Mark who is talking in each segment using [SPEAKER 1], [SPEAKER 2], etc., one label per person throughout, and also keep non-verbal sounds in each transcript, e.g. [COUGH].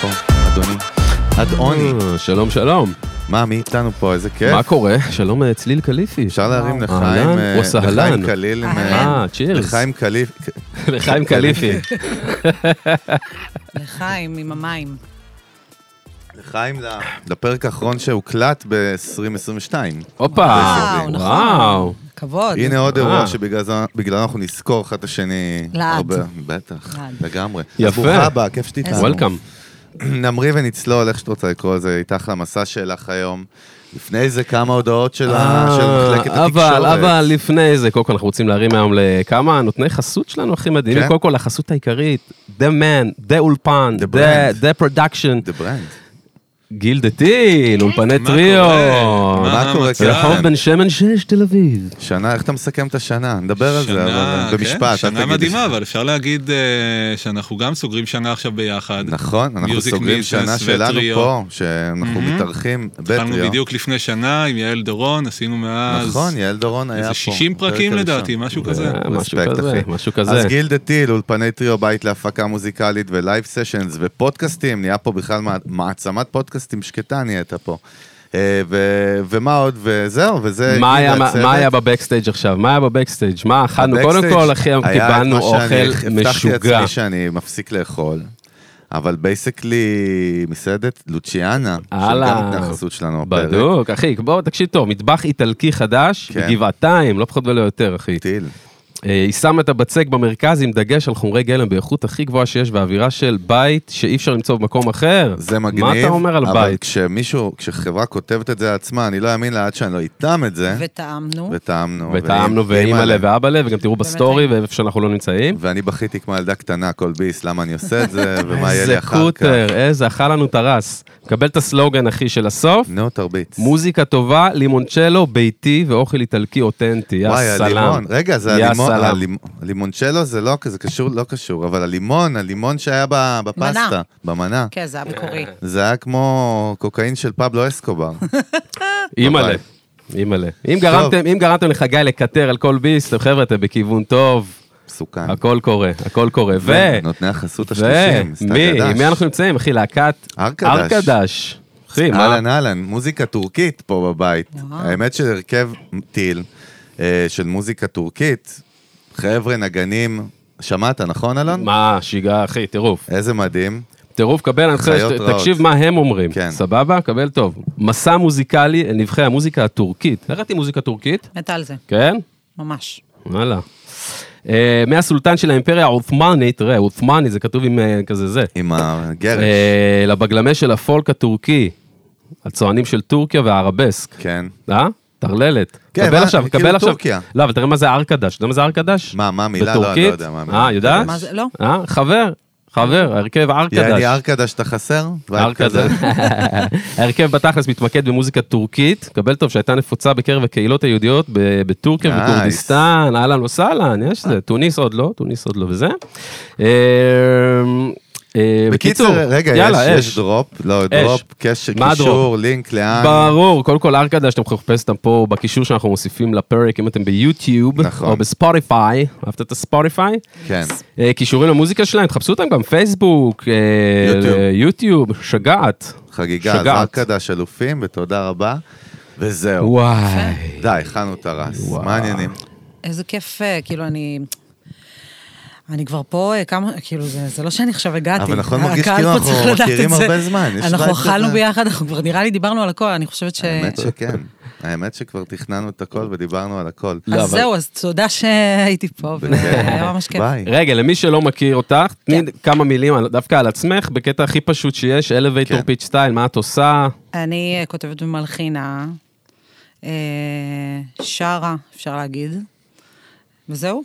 [SPEAKER 1] פה, אדוני. אדוני.
[SPEAKER 2] אה, שלום, שלום.
[SPEAKER 1] מה, מי איתנו פה? איזה כיף.
[SPEAKER 2] מה קורה? שלום, אה, צליל קליפי.
[SPEAKER 1] אפשר להרים
[SPEAKER 3] וואו.
[SPEAKER 1] לחיים
[SPEAKER 2] אהלן,
[SPEAKER 1] אה,
[SPEAKER 2] וסהלן.
[SPEAKER 1] לחיים קליל עם... אה,
[SPEAKER 2] אה, צ'ירס.
[SPEAKER 1] לחיים קליל... [LAUGHS]
[SPEAKER 2] לחיים קליפי.
[SPEAKER 3] לחיים עם המים.
[SPEAKER 1] לחיים ל- לפרק האחרון שהוקלט ב-2022.
[SPEAKER 2] הופה.
[SPEAKER 3] וואו, נכון.
[SPEAKER 2] וואו.
[SPEAKER 3] כבוד.
[SPEAKER 1] הנה עוד אירוע
[SPEAKER 2] אה.
[SPEAKER 1] שבגללו אנחנו נזכור אחד את השני.
[SPEAKER 3] לעד.
[SPEAKER 1] הרבה- בטח,
[SPEAKER 3] לעד.
[SPEAKER 1] לגמרי.
[SPEAKER 2] יפה.
[SPEAKER 1] אז ברוכה הבאה, כיף שתיתנו.
[SPEAKER 3] איזה-
[SPEAKER 2] וולקאם.
[SPEAKER 1] [CLEARS THROAT] נמריא ונצלול, איך שאת רוצה לקרוא לזה, איתך למסע שלך היום. לפני זה כמה הודעות של ה- של מחלקת התקשורת.
[SPEAKER 2] אה, אבל, אבל לפני זה, קודם כל אנחנו רוצים להרים היום לכמה נותני חסות שלנו הכי מדהימים.
[SPEAKER 1] כן.
[SPEAKER 2] קודם כל החסות העיקרית, The Man, The אולפן,
[SPEAKER 1] The brand.
[SPEAKER 2] The- The Production,
[SPEAKER 1] דה ברנד.
[SPEAKER 2] גילדה טיל, אולפני
[SPEAKER 4] מה
[SPEAKER 2] טריו.
[SPEAKER 4] קורה?
[SPEAKER 1] מה קורה
[SPEAKER 4] המצב?
[SPEAKER 1] כאן?
[SPEAKER 2] רחוב בן שמן 6, תל אביב.
[SPEAKER 1] שנה, איך אתה מסכם את השנה? נדבר על זה,
[SPEAKER 4] שנה-
[SPEAKER 1] אבל
[SPEAKER 4] כן,
[SPEAKER 1] במשפט. אל
[SPEAKER 4] שנה
[SPEAKER 1] תגיד.
[SPEAKER 4] מדהימה, אבל אפשר להגיד אה, שאנחנו גם סוגרים שנה עכשיו ביחד.
[SPEAKER 1] נכון, אנחנו
[SPEAKER 4] Music
[SPEAKER 1] סוגרים
[SPEAKER 4] Business
[SPEAKER 1] שנה שלנו
[SPEAKER 4] וטריו.
[SPEAKER 1] פה, שאנחנו
[SPEAKER 4] מהמם.
[SPEAKER 1] מתארחים
[SPEAKER 4] התחלנו
[SPEAKER 1] בטריו.
[SPEAKER 4] בדיוק לפני שנה עם יעל דורון, עשינו מאז...
[SPEAKER 1] נכון, יעל דורון היה פה.
[SPEAKER 4] איזה 60
[SPEAKER 1] בפרק
[SPEAKER 4] פרקים
[SPEAKER 1] הראשון.
[SPEAKER 4] לדעתי, משהו כזה.
[SPEAKER 2] אה, משהו
[SPEAKER 1] רספקט,
[SPEAKER 2] כזה,
[SPEAKER 1] אחי.
[SPEAKER 2] משהו כזה.
[SPEAKER 1] אז גילדה טיל, אולפני טריו, בית להפקה מוזיקלית ולייב סשנס ופודקאסטים, נהיה פה בכלל מע- מעצמת פודקאסטים שקטה נהיית פה. אה, ו- ומה עוד, וזהו, וזה...
[SPEAKER 2] מה היה-
[SPEAKER 1] הצוות.
[SPEAKER 2] מה היה בבקסטייג' עכשיו? מה היה בבקסטייג'? מה אכלנו?
[SPEAKER 1] הבקסטייג'
[SPEAKER 2] קודם כל, אחי,
[SPEAKER 1] היה את
[SPEAKER 2] קיבלנו
[SPEAKER 1] מה שאני- [LAUGHS]
[SPEAKER 2] אוכל
[SPEAKER 1] הבטחתי
[SPEAKER 2] משוגע.
[SPEAKER 1] לעצמי שאני מפסיק לאכול, אבל בייסקלי מסעדת לוציאנה,
[SPEAKER 2] הלאה.
[SPEAKER 1] שגם נתנה חסות שלנו הפרק.
[SPEAKER 2] בדיוק, אחי, בוא תקשיב טוב, מטבח איטלקי חדש,
[SPEAKER 1] כן.
[SPEAKER 2] בגבעתיים, לא פחות ולא יותר, אחי.
[SPEAKER 1] טיל.
[SPEAKER 2] אה, היא שמה את הבצק במרכז עם דגש על חומרי גלם באיכות הכי גבוהה שיש, ואווירה של בית שאי אפשר למצוא במקום אחר.
[SPEAKER 1] זה מגניב.
[SPEAKER 2] מה אתה אומר על
[SPEAKER 1] אבל
[SPEAKER 2] בית?
[SPEAKER 1] כשמישהו, כשחברה כותבת את זה לעצמה, אני לא אאמין לה עד שאני לא איתם את זה.
[SPEAKER 3] וטעמנו.
[SPEAKER 1] וטעמנו.
[SPEAKER 2] וטעמנו
[SPEAKER 1] ואימא
[SPEAKER 2] ואימא'לה
[SPEAKER 1] לה.
[SPEAKER 2] ואבא'לה, וגם תראו
[SPEAKER 3] באמת
[SPEAKER 2] בסטורי ואיפה שאנחנו לא נמצאים.
[SPEAKER 1] ואני בכיתי כמו ילדה קטנה כל ביס, למה אני עושה את
[SPEAKER 2] [LAUGHS]
[SPEAKER 1] זה, ומה יהיה לי
[SPEAKER 2] איזה
[SPEAKER 1] אחר כך.
[SPEAKER 2] קוטר, איזה אכל לנו טרס. קבל את הסלוגן, אחי, של הסוף.
[SPEAKER 1] נו, תרביץ.
[SPEAKER 2] מוזיקה טובה, לימונצ'לו, ביתי ואוכל איטלקי אותנטי. יא
[SPEAKER 1] וואי,
[SPEAKER 2] סלאם.
[SPEAKER 1] הלימון, רגע, זה
[SPEAKER 2] יא
[SPEAKER 1] הלימון,
[SPEAKER 2] סלאם.
[SPEAKER 1] הלימ- הלימונצ'לו זה לא, זה קשור, לא קשור, אבל הלימון, הלימון שהיה ב- בפסטה,
[SPEAKER 3] מנה.
[SPEAKER 1] במנה,
[SPEAKER 3] כן, זה המקורי.
[SPEAKER 1] זה היה כמו קוקאין של פבלו
[SPEAKER 3] [LAUGHS]
[SPEAKER 1] אסקובר.
[SPEAKER 2] אימא'לה.
[SPEAKER 1] בבית.
[SPEAKER 2] אימא'לה. אם
[SPEAKER 1] טוב.
[SPEAKER 2] גרמתם- אם גרמתם לחגי לקטר על כל ביס, אתם חבר'ה, אתם בכיוון טוב.
[SPEAKER 1] מסוכן.
[SPEAKER 2] הכל קורה, הכל קורה. אוקיי, ו...
[SPEAKER 1] נותני החסות
[SPEAKER 2] ו...
[SPEAKER 1] השלישים, סטאק
[SPEAKER 2] מי? עם
[SPEAKER 1] חדש.
[SPEAKER 2] מי אנחנו נמצאים, אחי? להקת...
[SPEAKER 1] ארקדש.
[SPEAKER 2] ארקדש. אחי, מה?
[SPEAKER 1] אהלן אהלן, מוזיקה טורקית פה בבית.
[SPEAKER 3] וואו.
[SPEAKER 1] האמת שהרכב טיל אה, של מוזיקה טורקית, חבר'ה נגנים, שמעת, נכון אלון?
[SPEAKER 2] מה, שיגעה, אחי, טירוף.
[SPEAKER 1] איזה מדהים.
[SPEAKER 2] טירוף, קבל, אני
[SPEAKER 1] כן. חיות
[SPEAKER 2] חושב,
[SPEAKER 1] רעות.
[SPEAKER 2] תקשיב מה הם אומרים.
[SPEAKER 1] כן.
[SPEAKER 2] סבבה? קבל טוב. מסע מוזיקלי אל נבחי המוזיקה הטורקית. הראיתי מוזיקה טורקית,
[SPEAKER 3] מתה על זה,
[SPEAKER 2] כן?
[SPEAKER 3] ממש.
[SPEAKER 2] וואלה. אה, מהסולטן של האימפריה העות'מאנית, תראה, עות'מאני זה כתוב עם אה, כזה זה.
[SPEAKER 1] עם הגרש,
[SPEAKER 2] אה, לבגלמה של הפולק הטורקי, הצוענים של טורקיה והערבסק.
[SPEAKER 1] כן.
[SPEAKER 2] אה? טרללת.
[SPEAKER 1] כן,
[SPEAKER 2] קבל
[SPEAKER 1] מה-
[SPEAKER 2] עכשיו,
[SPEAKER 1] כאילו
[SPEAKER 2] קבל עכשיו.
[SPEAKER 1] טורקיה.
[SPEAKER 2] לא, אבל תראה מה זה ארקדש. אתה יודע מה זה ארקדש?
[SPEAKER 1] מה, מה המילה? לא, אני לא
[SPEAKER 2] בטורקית?
[SPEAKER 1] יודע מה המילה.
[SPEAKER 2] אה, יודעת?
[SPEAKER 3] מה זה? לא.
[SPEAKER 2] אה, חבר, חבר, הרכב ארקדש.
[SPEAKER 1] יעני ארקדש אתה חסר?
[SPEAKER 2] [LAUGHS] ארקדש. ההרכב בתכלס מתמקד במוזיקה טורקית, קבל טוב שהייתה נפוצה בקרב הקהילות היהודיות ב- בטורקיה
[SPEAKER 1] Nice. אה.
[SPEAKER 2] וכורדיסטן, אהלן וסהלן, יש זה, תוניס עוד לא, תוניס עוד לא וזה. אה, אה,
[SPEAKER 1] בקיצור, רגע, יש-
[SPEAKER 2] יאללה,
[SPEAKER 1] יש
[SPEAKER 2] אש.
[SPEAKER 1] דרופ, לא, דרופ, קש-
[SPEAKER 2] מה
[SPEAKER 1] קישור, לינק, לאן.
[SPEAKER 2] ברור, קודם כל ארקדה שאתם יכולים לחפש אותם פה בקישור שאנחנו מוסיפים לפרק, אם אתם ביוטיוב,
[SPEAKER 1] נכון.
[SPEAKER 2] או בספוטיפיי, אהבת את הספוטיפיי?
[SPEAKER 1] כן.
[SPEAKER 2] אה, קישורים למוזיקה שלהם, תחפשו אותם גם פייסבוק, אה,
[SPEAKER 1] יוטיוב.
[SPEAKER 2] יוטיוב, שגעת.
[SPEAKER 1] חגיגה, אז
[SPEAKER 2] שגעת.
[SPEAKER 1] ארקדש אלופים, ותודה רבה. וזהו.
[SPEAKER 2] וואי.
[SPEAKER 1] די, הכנו את הרס.
[SPEAKER 2] וואו.
[SPEAKER 1] מה העניינים?
[SPEAKER 3] איזה כיף, אה, כאילו, אני... אני כבר פה אה, כמה, כאילו, זה, זה לא שאני עכשיו הגעתי.
[SPEAKER 1] אבל נכון, מרגיש
[SPEAKER 3] הקהל
[SPEAKER 1] כאילו
[SPEAKER 3] פה
[SPEAKER 1] אנחנו
[SPEAKER 3] צריך לדעת
[SPEAKER 1] מכירים
[SPEAKER 3] את זה.
[SPEAKER 1] הרבה זמן, יש
[SPEAKER 3] אנחנו
[SPEAKER 1] לך את זה
[SPEAKER 3] אכלנו
[SPEAKER 1] ב-
[SPEAKER 3] ביחד, אנחנו כבר נראה לי דיברנו על הכל, אני חושבת ש...
[SPEAKER 1] האמת שכן. האמת שכבר תכננו את הכל ודיברנו על הכל.
[SPEAKER 2] לא, אבל-
[SPEAKER 3] אז זהו, אז תודה שהייתי פה, [LAUGHS] והיה ממש כיף.
[SPEAKER 1] ביי.
[SPEAKER 2] רגע, למי שלא מכיר אותך, תני
[SPEAKER 3] כן.
[SPEAKER 2] כמה מילים על- דווקא על עצמך, בקטע הכי פשוט שיש,
[SPEAKER 1] כן.
[SPEAKER 2] Elevator Pitch Style, מה את עושה? [LAUGHS]
[SPEAKER 3] אני אה, כותבת ומלחינה, אה, שרה, אפשר להגיד, וזהו.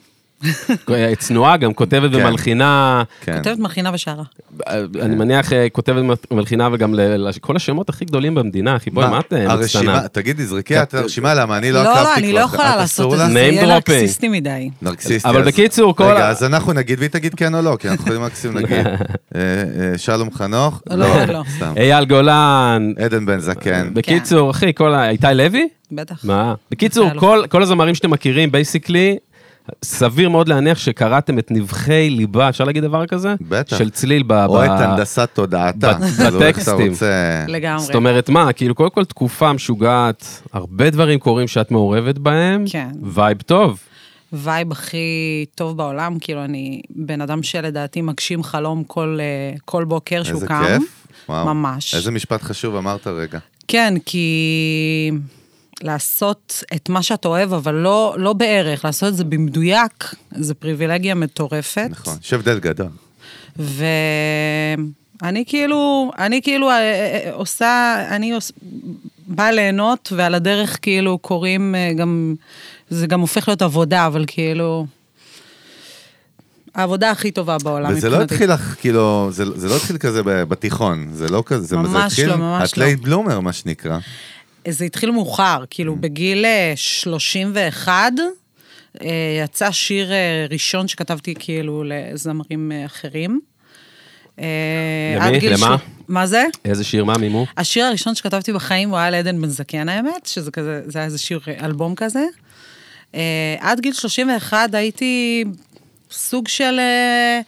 [SPEAKER 2] אה, צנועה גם, כותבת
[SPEAKER 1] כן.
[SPEAKER 2] ומלחינה,
[SPEAKER 1] כן.
[SPEAKER 3] כותבת מלחינה ושרה.
[SPEAKER 2] אה, אני מניח אה, כותבת ומלחינה וגם לכל השמות הכי גדולים במדינה, אחי, בואי, מה את אה, מצטנה? כן.
[SPEAKER 1] הרשימה, תגידי, זרקי את הרשימה, למה אני לא
[SPEAKER 3] לא,
[SPEAKER 1] עקבתי כבר.
[SPEAKER 3] לא, אני לא
[SPEAKER 1] את
[SPEAKER 3] יכולה
[SPEAKER 1] אסור
[SPEAKER 3] לעשות את
[SPEAKER 1] לך?
[SPEAKER 3] זה, זה
[SPEAKER 2] Name
[SPEAKER 3] יהיה
[SPEAKER 2] dropping.
[SPEAKER 3] נרקסיסטי מדי.
[SPEAKER 1] נרקסיסטי.
[SPEAKER 2] אבל
[SPEAKER 1] אז-
[SPEAKER 2] בקיצור, כל
[SPEAKER 1] רגע,
[SPEAKER 2] ה-
[SPEAKER 1] אז אנחנו נגיד והיא תגיד כן או לא, כי אנחנו יכולים מקסימום
[SPEAKER 2] [LAUGHS]
[SPEAKER 1] נגיד. אה, אה, שלום חנוך? אוקיי,
[SPEAKER 3] לא, לא.
[SPEAKER 1] סתם.
[SPEAKER 2] אייל גולן.
[SPEAKER 1] עדן בן
[SPEAKER 2] אה,
[SPEAKER 1] זקן.
[SPEAKER 2] בקיצור, אחי, כל ה... איתי לוי?
[SPEAKER 3] בטח.
[SPEAKER 2] מה? בקיצור,
[SPEAKER 3] איתי
[SPEAKER 2] כל- כל הזמרים שאתם מכירים, בייסיקלי, סביר מאוד להניח שקראתם את נבחי ליבה, אפשר להגיד דבר כזה?
[SPEAKER 1] בטח.
[SPEAKER 2] של צליל ב...
[SPEAKER 1] או
[SPEAKER 2] ב-
[SPEAKER 1] את הנדסת תודעתה.
[SPEAKER 2] ב-
[SPEAKER 1] כאילו, איך אתה
[SPEAKER 2] בטקסטים.
[SPEAKER 1] רוצה...
[SPEAKER 3] לגמרי.
[SPEAKER 2] זאת אומרת, מה, כאילו, קודם כל תקופה משוגעת, הרבה דברים קורים שאת מעורבת בהם.
[SPEAKER 3] כן.
[SPEAKER 2] וייב טוב.
[SPEAKER 3] וייב הכי טוב בעולם, כאילו אני בן אדם שלדעתי מגשים חלום כל, אה, כל בוקר שהוא
[SPEAKER 1] איזה
[SPEAKER 3] קם.
[SPEAKER 1] כיף. וואו.
[SPEAKER 3] ממש.
[SPEAKER 1] איזה משפט חשוב אמרת רגע.
[SPEAKER 3] כן, כי לעשות את מה שאת אוהב, אבל לא, לא בערך, לעשות את זה במדויק, זה פריבילגיה מטורפת.
[SPEAKER 1] נכון. יש הבדל גדול.
[SPEAKER 3] ואני כאילו, אני כאילו אה, אה, אה, עושה, אני עוש... באה ליהנות, ועל הדרך כאילו קוראים אה, גם, זה גם הופך להיות עבודה, אבל כאילו... העבודה הכי טובה בעולם
[SPEAKER 1] וזה לא התחיל לך, כאילו, זה זה לא התחיל כזה ב- בתיכון, זה לא כזה, זה
[SPEAKER 3] ממש
[SPEAKER 1] זה התחיל,
[SPEAKER 3] לא, ממש
[SPEAKER 1] את
[SPEAKER 3] לא.
[SPEAKER 1] לייט בלומר, מה שנקרא.
[SPEAKER 3] זה התחיל מאוחר,
[SPEAKER 1] Mm.
[SPEAKER 3] כאילו בגיל אה, 31 אה, יצא שיר אה, ראשון שכתבתי כאילו לזמרים אה, אחרים. אה,
[SPEAKER 2] למי?
[SPEAKER 3] עד גיל
[SPEAKER 2] למה?
[SPEAKER 3] ש- מה זה?
[SPEAKER 2] איזה שיר, מה, מימו?
[SPEAKER 3] השיר הראשון שכתבתי בחיים הוא היה לעדן בן זקן האמת, שזה כזה, זה היה איזה שיר אלבום כזה. אה, עד גיל 31 הייתי סוג של אה,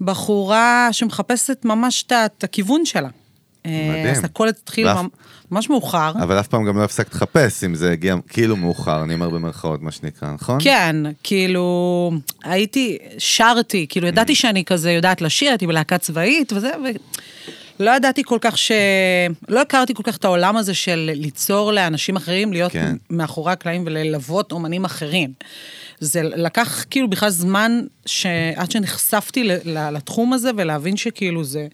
[SPEAKER 3] בחורה שמחפשת ממש את ה- את הכיוון שלה. אה,
[SPEAKER 1] מדהים.
[SPEAKER 3] אז הכל התחיל
[SPEAKER 1] ואף-
[SPEAKER 3] ממ- ממש מאוחר.
[SPEAKER 1] אבל אף פעם גם לא הפסקת לחפש אם זה הגיע כאילו מאוחר, אני אומר במרכאות, מה שנקרא, נכון?
[SPEAKER 3] כן, כאילו, הייתי, שרתי, כאילו, ידעתי שאני כזה יודעת לשיר, הייתי בלהקה צבאית וזה, ולא ידעתי כל כך ש... לא הכרתי כל כך את העולם הזה של ליצור לאנשים אחרים, להיות
[SPEAKER 1] כן.
[SPEAKER 3] כן. מאחורי הקלעים וללוות אומנים אחרים. זה לקח כאילו בכלל זמן ש... עד שנחשפתי ל- ל- לתחום הזה ולהבין שכאילו זה,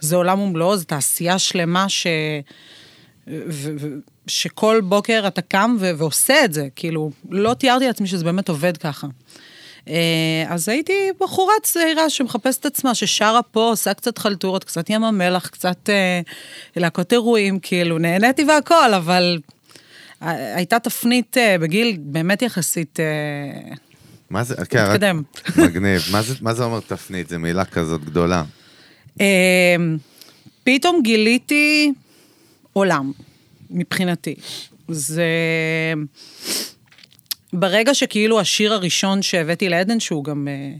[SPEAKER 3] זה עולם ומלואו, זו תעשייה שלמה ש... ו- ו- שכל בוקר אתה קם ו- ועושה את זה, כאילו, לא תיארתי לעצמי שזה באמת עובד ככה. אה, אז הייתי בחורה צעירה שמחפשת את עצמה, ששרה פה, עושה קצת חלטורות, קצת ים המלח, קצת אה, להקות אירועים, כאילו, נהניתי והכל, אבל אה, הייתה תפנית אה, בגיל באמת יחסית... אה,
[SPEAKER 1] מה זה, כן, רק-
[SPEAKER 3] מתקדם.
[SPEAKER 1] מגניב. מה זה- מה זה אומר תפנית? זו מילה כזאת גדולה.
[SPEAKER 3] כן. אה, פתאום גיליתי עולם, מבחינתי. זה... ברגע שכאילו השיר הראשון שהבאתי לעדן, שהוא גם אה,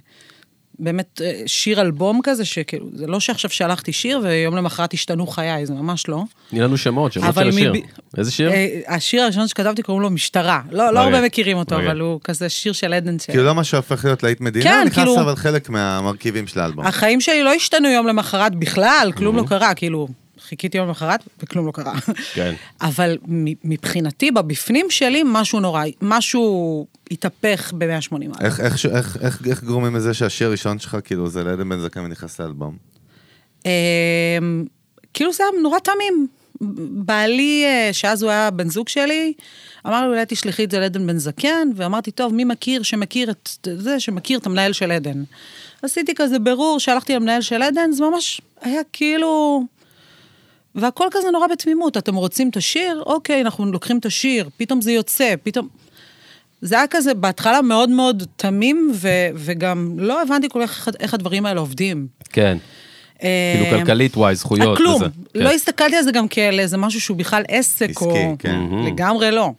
[SPEAKER 3] באמת אה, שיר אלבום כזה, שכאילו, זה לא שעכשיו שלחתי שיר ויום למחרת השתנו חיי, זה ממש לא.
[SPEAKER 2] תני לנו שמות, שמות של
[SPEAKER 3] אבל
[SPEAKER 2] השיר.
[SPEAKER 3] מב-
[SPEAKER 2] איזה שיר?
[SPEAKER 3] אה, השיר הראשון שכתבתי קוראים לו משטרה. לא, לא
[SPEAKER 2] אוקיי.
[SPEAKER 3] הרבה מכירים אותו,
[SPEAKER 2] אוקיי.
[SPEAKER 3] אבל הוא כזה שיר של עדן. ש-
[SPEAKER 1] כאילו לא משהו הופך להיות להיט מדינה,
[SPEAKER 3] כן,
[SPEAKER 1] נכנס
[SPEAKER 3] כאילו-
[SPEAKER 1] אבל חלק מהמרכיבים של האלבום.
[SPEAKER 3] החיים שלי לא השתנו יום למחרת בכלל, כלום לא קרה, כאילו, חיכיתי יום למחרת וכלום לא קרה.
[SPEAKER 2] כן.
[SPEAKER 3] אבל מ- מבחינתי, בבפנים שלי, משהו נורא, משהו התהפך ב-180 מעלות.
[SPEAKER 1] איך- איך ש- איך- איך- איך גורמים לזה שהשיר הראשון שלך, כאילו, זה לעדן בן זקן ונכנס לאלבום?
[SPEAKER 3] אמ, כאילו זה היה נורא תמים. בעלי, אה, שאז הוא היה בן זוג שלי, אמר לי, אולי תשלחי את זה לעדן בן זקן, ואמרתי, טוב, מי מכיר שמכיר את זה, שמכיר את המנהל של עדן. עשיתי כזה בירור, שלחתי למנהל של עדן, זה ממש היה כאילו... והכל כזה נורא בתמימות, אתם רוצים את השיר? אוקיי, אנחנו לוקחים את השיר, פתאום זה יוצא, פתאום... זה היה כזה בהתחלה מאוד מאוד תמים, ו... וגם לא הבנתי כל כך איך- איך הדברים האלה עובדים.
[SPEAKER 2] כן. כאילו
[SPEAKER 3] אה,
[SPEAKER 2] כלכלית, וואי, זכויות.
[SPEAKER 3] הכלום.
[SPEAKER 2] וזה.
[SPEAKER 3] לא
[SPEAKER 2] כן.
[SPEAKER 3] הסתכלתי על זה גם כאל איזה משהו שהוא בכלל עסק.
[SPEAKER 1] עסקי,
[SPEAKER 3] או...
[SPEAKER 1] כן.
[SPEAKER 3] לגמרי לא.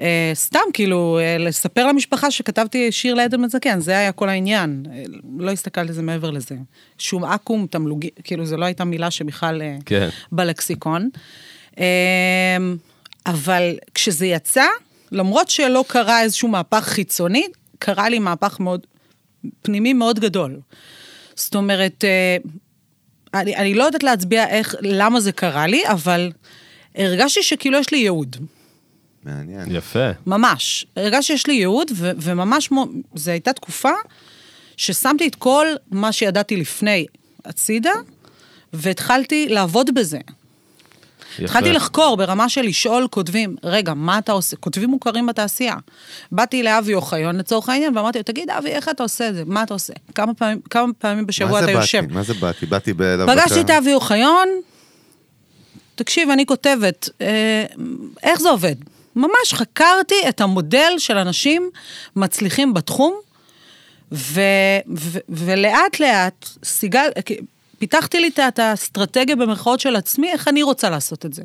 [SPEAKER 3] אה, סתם, כאילו, אה, לספר למשפחה שכתבתי שיר לעדן בן זקן, זה היה כל העניין. אה, לא הסתכלתי על זה מעבר לזה. שום אקו"ם, תמלוגים, כאילו, זו לא הייתה מילה שבכלל אה,
[SPEAKER 2] כן.
[SPEAKER 3] בלקסיקון. אה, אבל כשזה יצא, למרות שלא קרה איזשהו מהפך חיצוני, קרה לי מהפך מאוד, פנימי מאוד גדול. זאת אומרת, אה, אני, אני לא יודעת להצביע איך, למה זה קרה לי, אבל הרגשתי שכאילו יש לי ייעוד.
[SPEAKER 1] מעניין.
[SPEAKER 2] יפה.
[SPEAKER 3] ממש. הרגשתי שיש לי ייעוד, ו- וממש, מו- זו הייתה תקופה ששמתי את כל מה שידעתי לפני הצידה, והתחלתי לעבוד בזה.
[SPEAKER 2] יפה.
[SPEAKER 3] התחלתי לחקור ברמה של לשאול כותבים, רגע, מה אתה עושה? כותבים מוכרים בתעשייה. באתי לאבי אוחיון לצורך העניין, ואמרתי לו, תגיד, אבי, איך אתה עושה את זה? מה אתה עושה? כמה פעמים, כמה פעמים
[SPEAKER 1] מה
[SPEAKER 3] בשבוע
[SPEAKER 1] זה
[SPEAKER 3] אתה
[SPEAKER 1] באתי?
[SPEAKER 3] יושב?
[SPEAKER 1] מה זה באתי? באתי ב...
[SPEAKER 3] פגשתי את אבי אוחיון, תקשיב, אני כותבת, אה, איך זה עובד? ממש חקרתי את המודל של אנשים מצליחים בתחום, ו, ו, ולאט לאט סיגל, פיתחתי לי את ה- את האסטרטגיה במרכאות של עצמי, איך אני רוצה לעשות את זה.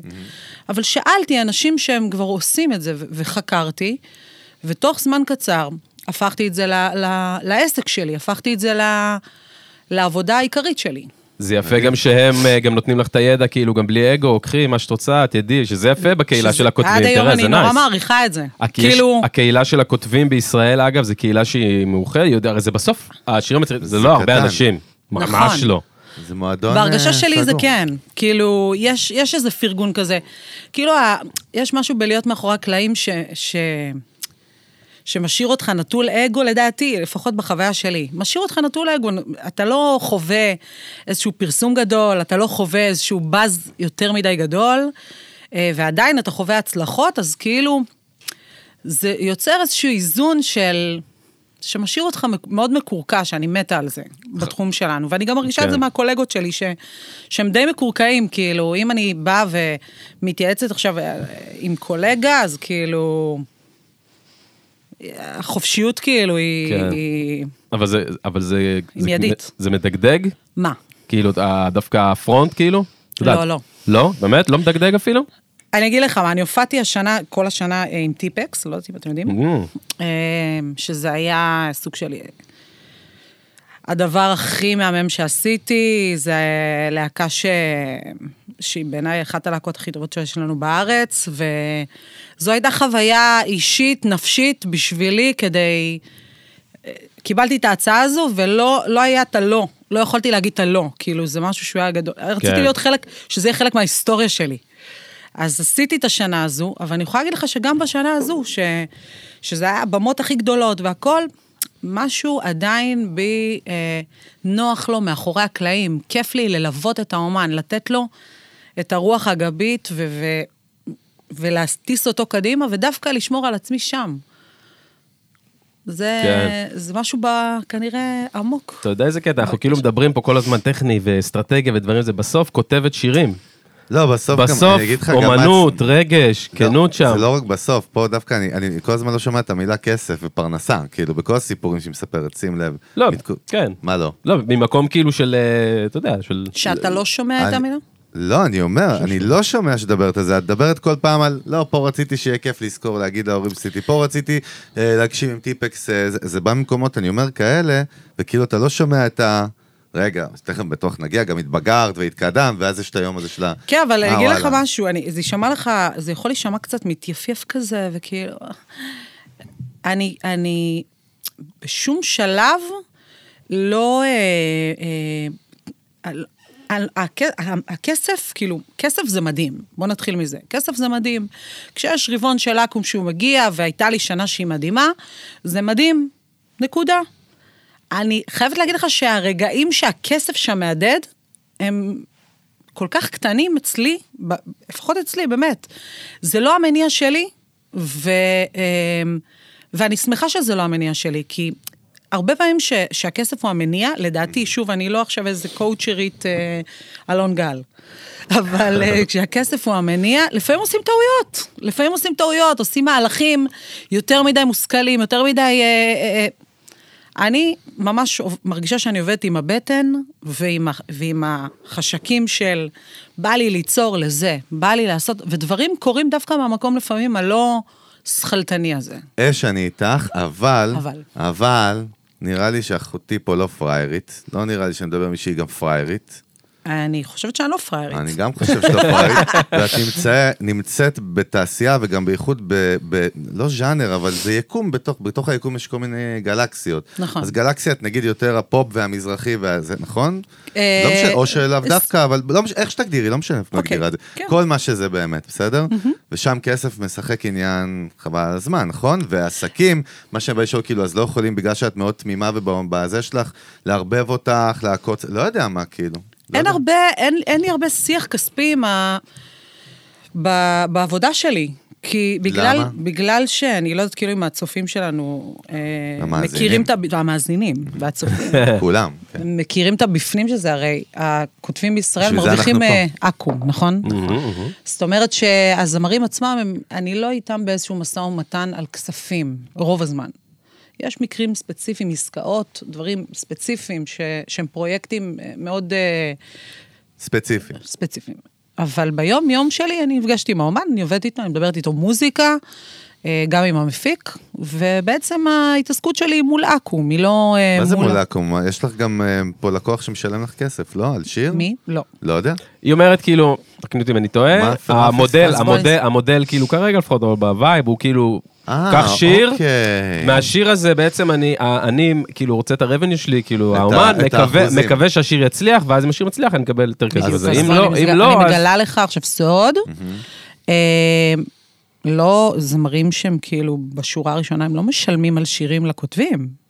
[SPEAKER 3] אבל שאלתי אנשים שהם כבר עושים את זה, ו- וחקרתי, ותוך זמן קצר הפכתי את זה ל, ל, לעסק שלי, הפכתי את זה ל, לעבודה העיקרית שלי.
[SPEAKER 2] זה יפה גם שהם אה, גם נותנים לך את הידע, כאילו, גם בלי אגו, קחי מה שאת רוצה, תדעי, שזה יפה בקהילה של הכותבים,
[SPEAKER 3] עד
[SPEAKER 2] תראה, זה
[SPEAKER 3] היום
[SPEAKER 2] נייס.
[SPEAKER 3] אני נורא מעריכה את זה.
[SPEAKER 2] הק- יש-
[SPEAKER 3] כאילו,
[SPEAKER 2] הקהילה של הכותבים בישראל, אגב, זו קהילה שהיא מאוחרת, יודע, הרי זה בסוף, השירים הצליחים, זה
[SPEAKER 1] זה
[SPEAKER 2] לא הרבה
[SPEAKER 1] קטן.
[SPEAKER 2] אנשים,
[SPEAKER 3] נכון.
[SPEAKER 2] ממש לא.
[SPEAKER 1] זה מועדון אה,
[SPEAKER 3] בהרגשה שלי זה
[SPEAKER 1] סגור.
[SPEAKER 3] כן. כאילו, יש, יש איזה פרגון כזה. כאילו, ה- יש משהו בלהיות מאחורי הקלעים ש... ש... שמשאיר אותך נטול אגו, לדעתי, לפחות בחוויה שלי. משאיר אותך נטול אגו, אתה לא חווה איזשהו פרסום גדול, אתה לא חווה איזשהו באז יותר מדי גדול, אה, ועדיין אתה חווה הצלחות, אז כאילו, זה יוצר איזשהו איזון של... שמשאיר אותך מק- מאוד מקורקע, שאני מתה על זה, בתחום שלנו. ואני גם מרגישה את זה
[SPEAKER 2] כן.
[SPEAKER 3] מהקולגות שלי, ש... שהם די מקורקעים, כאילו, אם אני באה ומתייעצת עכשיו אה, עם קולגה, אז כאילו... החופשיות כאילו היא...
[SPEAKER 2] כן.
[SPEAKER 3] היא...
[SPEAKER 2] אבל זה, אבל זה,
[SPEAKER 3] היא
[SPEAKER 2] זה-
[SPEAKER 3] מיידית.
[SPEAKER 2] זה מדגדג?
[SPEAKER 3] מה?
[SPEAKER 2] כאילו, אה, דווקא הפרונט, כאילו? את יודעת.
[SPEAKER 3] לא, לא.
[SPEAKER 2] לא? באמת? לא מדגדג אפילו?
[SPEAKER 3] אני אגיד לך מה, אני הופעתי השנה, כל השנה אה, עם טיפקס, לא יודעת אם אתם יודעים,
[SPEAKER 2] אמ,
[SPEAKER 3] אה, שזה היה סוג של... הדבר הכי מהמם שעשיתי, זה להקה ש... שהיא בעיניי אחת הלהקות הכי טובות שיש לנו בארץ, וזו הייתה חוויה אישית, נפשית, בשבילי, כדי... קיבלתי את ההצעה הזו, ולא לא היה את הלא. לא יכולתי להגיד את הלא, כאילו, זה משהו שהוא היה גדול. כן. רציתי להיות חלק, שזה יהיה חלק מההיסטוריה שלי. אז עשיתי את השנה הזו, אבל אני יכולה להגיד לך שגם בשנה הזו, ש, שזה היה הבמות הכי גדולות והכול, משהו עדיין בי אה, נוח לו מאחורי הקלעים. כיף לי ללוות את האומן, לתת לו את הרוח הגבית ו, ו, ולהטיס אותו קדימה, ודווקא לשמור על עצמי שם. זה,
[SPEAKER 2] כן.
[SPEAKER 3] זה משהו ב, כנראה עמוק.
[SPEAKER 2] אתה יודע איזה קטע,
[SPEAKER 3] לא,
[SPEAKER 2] אנחנו כאילו מדברים פה כל הזמן טכני ואסטרטגיה ודברים זה, בסוף כותבת שירים.
[SPEAKER 1] לא, בסוף, גם,
[SPEAKER 2] בסוף,
[SPEAKER 1] אני אגיד לך, גם את-
[SPEAKER 2] אומנות, רגש,
[SPEAKER 1] לא,
[SPEAKER 2] כנות שם.
[SPEAKER 1] זה לא רק בסוף, פה דווקא אני, אני כל הזמן לא שומע את המילה כסף ופרנסה, כאילו, בכל הסיפורים שהיא מספרת, שים לב.
[SPEAKER 2] לא,
[SPEAKER 1] מתקו-
[SPEAKER 2] כן.
[SPEAKER 1] מה לא?
[SPEAKER 2] לא, ממקום כאילו של, אה, אתה יודע, של...
[SPEAKER 3] שאתה לא שומע את
[SPEAKER 1] אני-
[SPEAKER 3] המילה?
[SPEAKER 1] לא, אני אומר, אני לא שומע שדברת על זה, את מדברת כל פעם על, לא, פה רציתי שיהיה כיף לזכור, להגיד להורים שעשיתי, פה רציתי אה, להגשים עם טיפקס, אה, זה, זה בא ממקומות, אני אומר כאלה, וכאילו אתה לא שומע את ה... רגע, אז תכף בטוח נגיע, גם התבגרת והתקדמת, ואז יש את היום הזה של ה...
[SPEAKER 3] כן, אבל
[SPEAKER 1] אה,
[SPEAKER 3] אני אגיד לך
[SPEAKER 1] וואלה.
[SPEAKER 3] משהו, אני, זה יישמע לך, זה יכול להישמע קצת מתייפייף כזה, וכאילו... אני, אני בשום שלב לא... אה, אה, על, על, הכ, הכסף, כאילו, כסף זה מדהים. בואו נתחיל מזה. כסף זה מדהים. כשיש רבעון של אקו"ם שהוא מגיע, והייתה לי שנה שהיא מדהימה, זה מדהים. נקודה. אני חייבת להגיד לך שהרגעים שהכסף שם מהדהד, הם כל כך קטנים אצלי, ב- לפחות אצלי, באמת. זה לא המניע שלי, ו, אמ, ואני שמחה שזה לא המניע שלי, כי הרבה פעמים ש, שהכסף הוא המניע, לדעתי, שוב, אני לא עכשיו איזה קואוצ'רית אה, אלון גל, אבל אה, כשהכסף הוא המניע, לפעמים עושים טעויות. לפעמים עושים טעויות, עושים מהלכים יותר מדי מושכלים, יותר מדי... אה, אה, אה, אני ממש עוב- מרגישה שאני עובדת עם הבטן ועם, ה- ועם החשקים של בא לי ליצור לזה, בא לי לעשות, ודברים קורים דווקא מהמקום לפעמים הלא שכלתני הזה.
[SPEAKER 1] אש אני איתך, אבל,
[SPEAKER 3] אבל.
[SPEAKER 1] אבל, נראה לי שאחותי פה לא פריירית, לא נראה לי שאני מדבר מישהי גם פריירית.
[SPEAKER 3] אני חושבת שאני לא פראיירית.
[SPEAKER 1] אני גם חושב שאתה פראית,
[SPEAKER 3] [LAUGHS]
[SPEAKER 1] ואת נמצא, נמצאת בתעשייה וגם בייחוד ב... ב לא ז'אנר, אבל זה יקום, בתוך, בתוך היקום יש כל מיני גלקסיות.
[SPEAKER 3] נכון.
[SPEAKER 1] אז גלקסיית, נגיד, יותר הפופ והמזרחי והזה, נכון?
[SPEAKER 3] אה,
[SPEAKER 1] לא משנה, או שלאו
[SPEAKER 3] אה,
[SPEAKER 1] דווקא, אבל לא משנה, איך שתגדירי, לא משנה איך
[SPEAKER 3] אוקיי,
[SPEAKER 1] מגדירה את זה.
[SPEAKER 3] כן.
[SPEAKER 1] כל מה שזה באמת, בסדר? ושם כסף משחק עניין חבל על הזמן, נכון? ועסקים, מה שבא לשאול, כאילו, אז לא יכולים, בגלל שאת מאוד תמימה ובזה שלך, לערבב אותך, לעקוץ, לא יודע מה, כאילו. לא
[SPEAKER 3] אין
[SPEAKER 1] יודע.
[SPEAKER 3] הרבה, אין, אין לי הרבה שיח כספי עם ה... ב, בעבודה שלי. כי בגלל,
[SPEAKER 1] למה?
[SPEAKER 3] בגלל שאני לא יודעת כאילו אם הצופים שלנו אה,
[SPEAKER 1] המאזינים.
[SPEAKER 3] מכירים את ה... המאזינים והצופים.
[SPEAKER 1] כולם, כן.
[SPEAKER 3] מכירים את הבפנים של זה, הרי הכותבים בישראל
[SPEAKER 1] בשביל זה
[SPEAKER 3] מרוויחים
[SPEAKER 1] אנחנו Mm-hmm,
[SPEAKER 3] אה, עכו"ם, נכון? זאת אומרת שהזמרים עצמם, הם- אני לא איתם באיזשהו משא ומתן על כספים, רוב הזמן. יש מקרים ספציפיים, עסקאות, דברים ספציפיים, ש- שהם פרויקטים אה, מאוד אה,
[SPEAKER 1] ספציפי.
[SPEAKER 3] ספציפיים. אבל ביום-יום שלי אני נפגשת עם האומן, אני עובדת איתו, אני מדברת איתו מוזיקה, אה, גם עם המפיק, ובעצם ההתעסקות שלי היא מול אקו"ם, היא לא אה,
[SPEAKER 1] מה זה
[SPEAKER 3] מול...
[SPEAKER 1] מול הקומה? יש לך גם אה, פה לקוח שמשלם לך כסף, לא? על שיר?
[SPEAKER 3] מי? לא.
[SPEAKER 1] לא יודע.
[SPEAKER 2] היא אומרת כאילו, תקנו אותי אם אני
[SPEAKER 1] מה,
[SPEAKER 2] טועה,
[SPEAKER 1] פרפס?
[SPEAKER 2] המודל,
[SPEAKER 3] אז בואי
[SPEAKER 2] המודל,
[SPEAKER 3] נס-
[SPEAKER 2] המודל כאילו כרגע לפחות, אבל בווייב הוא כאילו,
[SPEAKER 1] אה,
[SPEAKER 2] קח שיר,
[SPEAKER 1] אוקיי.
[SPEAKER 2] מהשיר הזה בעצם אני, ה- אני כאילו רוצה את הרבניו שלי, כאילו
[SPEAKER 1] את ה-
[SPEAKER 2] האומן,
[SPEAKER 1] את
[SPEAKER 2] מקווה-
[SPEAKER 1] האחוזים.
[SPEAKER 2] מקווה שהשיר יצליח, ואז אם השיר מצליח אני אקבל יותר
[SPEAKER 1] בדיוק,
[SPEAKER 2] כסף.
[SPEAKER 1] אז
[SPEAKER 2] אם
[SPEAKER 3] אז
[SPEAKER 2] לא,
[SPEAKER 3] אני
[SPEAKER 2] אם
[SPEAKER 3] מגלה-
[SPEAKER 2] לא,
[SPEAKER 3] אני
[SPEAKER 2] אז...
[SPEAKER 3] מגלה לך עכשיו סוד. אה, לא, זמרים שהם כאילו בשורה הראשונה, הם לא משלמים על שירים לכותבים.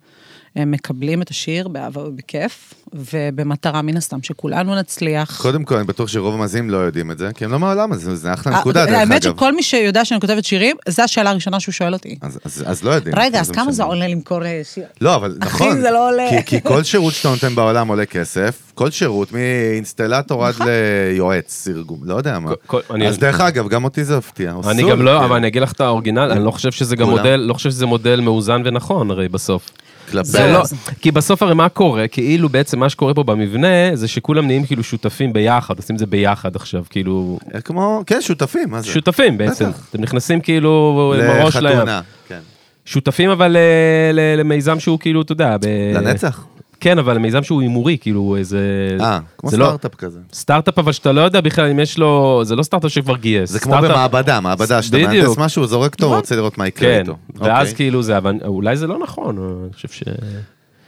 [SPEAKER 3] הם מקבלים את השיר באהבה ובכיף, ובמטרה מן הסתם שכולנו נצליח.
[SPEAKER 1] קודם כל, אני בטוח שרוב המאזינים לא יודעים את זה, כי הם לא מהעולם הזה, זה אחלה נקודה, דרך אגב.
[SPEAKER 3] אה, האמת שכל מי שיודע שאני כותבת שירים, זו השאלה הראשונה שהוא שואל אותי.
[SPEAKER 1] אז- אז אז לא יודעים.
[SPEAKER 3] רגע, אז כמה זה
[SPEAKER 1] משנה.
[SPEAKER 3] עולה למכור אה, שיר?
[SPEAKER 1] לא, אבל
[SPEAKER 3] אחי,
[SPEAKER 1] נכון.
[SPEAKER 3] זה לא עולה.
[SPEAKER 1] כי- כי כל שירות שאתה נותן בעולם עולה כסף, כל שירות, מאינסטלטור עד
[SPEAKER 3] נכון.
[SPEAKER 1] ליועץ, ארגון, לא יודע מה.
[SPEAKER 2] כל- אני-
[SPEAKER 1] אז דרך אגב, גם אותי זה הפתיע.
[SPEAKER 2] אני
[SPEAKER 1] אסור,
[SPEAKER 2] גם לא,
[SPEAKER 1] כן.
[SPEAKER 2] אבל אני אגיד לך את האורגינל, אני לא חושב שזה גם
[SPEAKER 1] כולם.
[SPEAKER 2] מודל, לא חושב שזה מודל מאוזן ונכון הרי בסוף.
[SPEAKER 1] אה, כלפי...
[SPEAKER 2] זה לא,
[SPEAKER 3] אז-
[SPEAKER 2] כי בסוף הרי מה קורה? כאילו בעצם מה שקורה פה במבנה, זה שכולם נהיים כאילו שותפים ביחד, עושים את זה ביחד עכשיו, כאילו...
[SPEAKER 1] כמו, כן, שותפים, מה זה?
[SPEAKER 2] שותפים בעצם,
[SPEAKER 1] בטח.
[SPEAKER 2] אתם נכנסים כאילו עם הראש לים.
[SPEAKER 1] לחתונה, כן.
[SPEAKER 2] שותפים אבל אה, ל- למיזם שהוא כאילו, אתה יודע... ב-
[SPEAKER 1] לנצח.
[SPEAKER 2] כן, אבל מיזם שהוא הימורי, כאילו איזה...
[SPEAKER 1] אה, כמו
[SPEAKER 2] זה לא-
[SPEAKER 1] סטארט-אפ כזה.
[SPEAKER 2] סטארט-אפ, אבל שאתה לא יודע בכלל אם יש לו... זה לא סטארט-אפ שכבר גייס.
[SPEAKER 1] זה כמו
[SPEAKER 2] סטארט-אפ-
[SPEAKER 1] במעבדה, מעבדה, שאתה
[SPEAKER 2] בדיוק.
[SPEAKER 1] מהנדס משהו, זורק אותו,
[SPEAKER 2] נכון.
[SPEAKER 1] רוצה לראות מה יקרה
[SPEAKER 2] כן,
[SPEAKER 1] איתו.
[SPEAKER 2] ואז
[SPEAKER 1] אוקיי.
[SPEAKER 2] כאילו זה, אבל אולי זה לא נכון, או- אני חושב ש...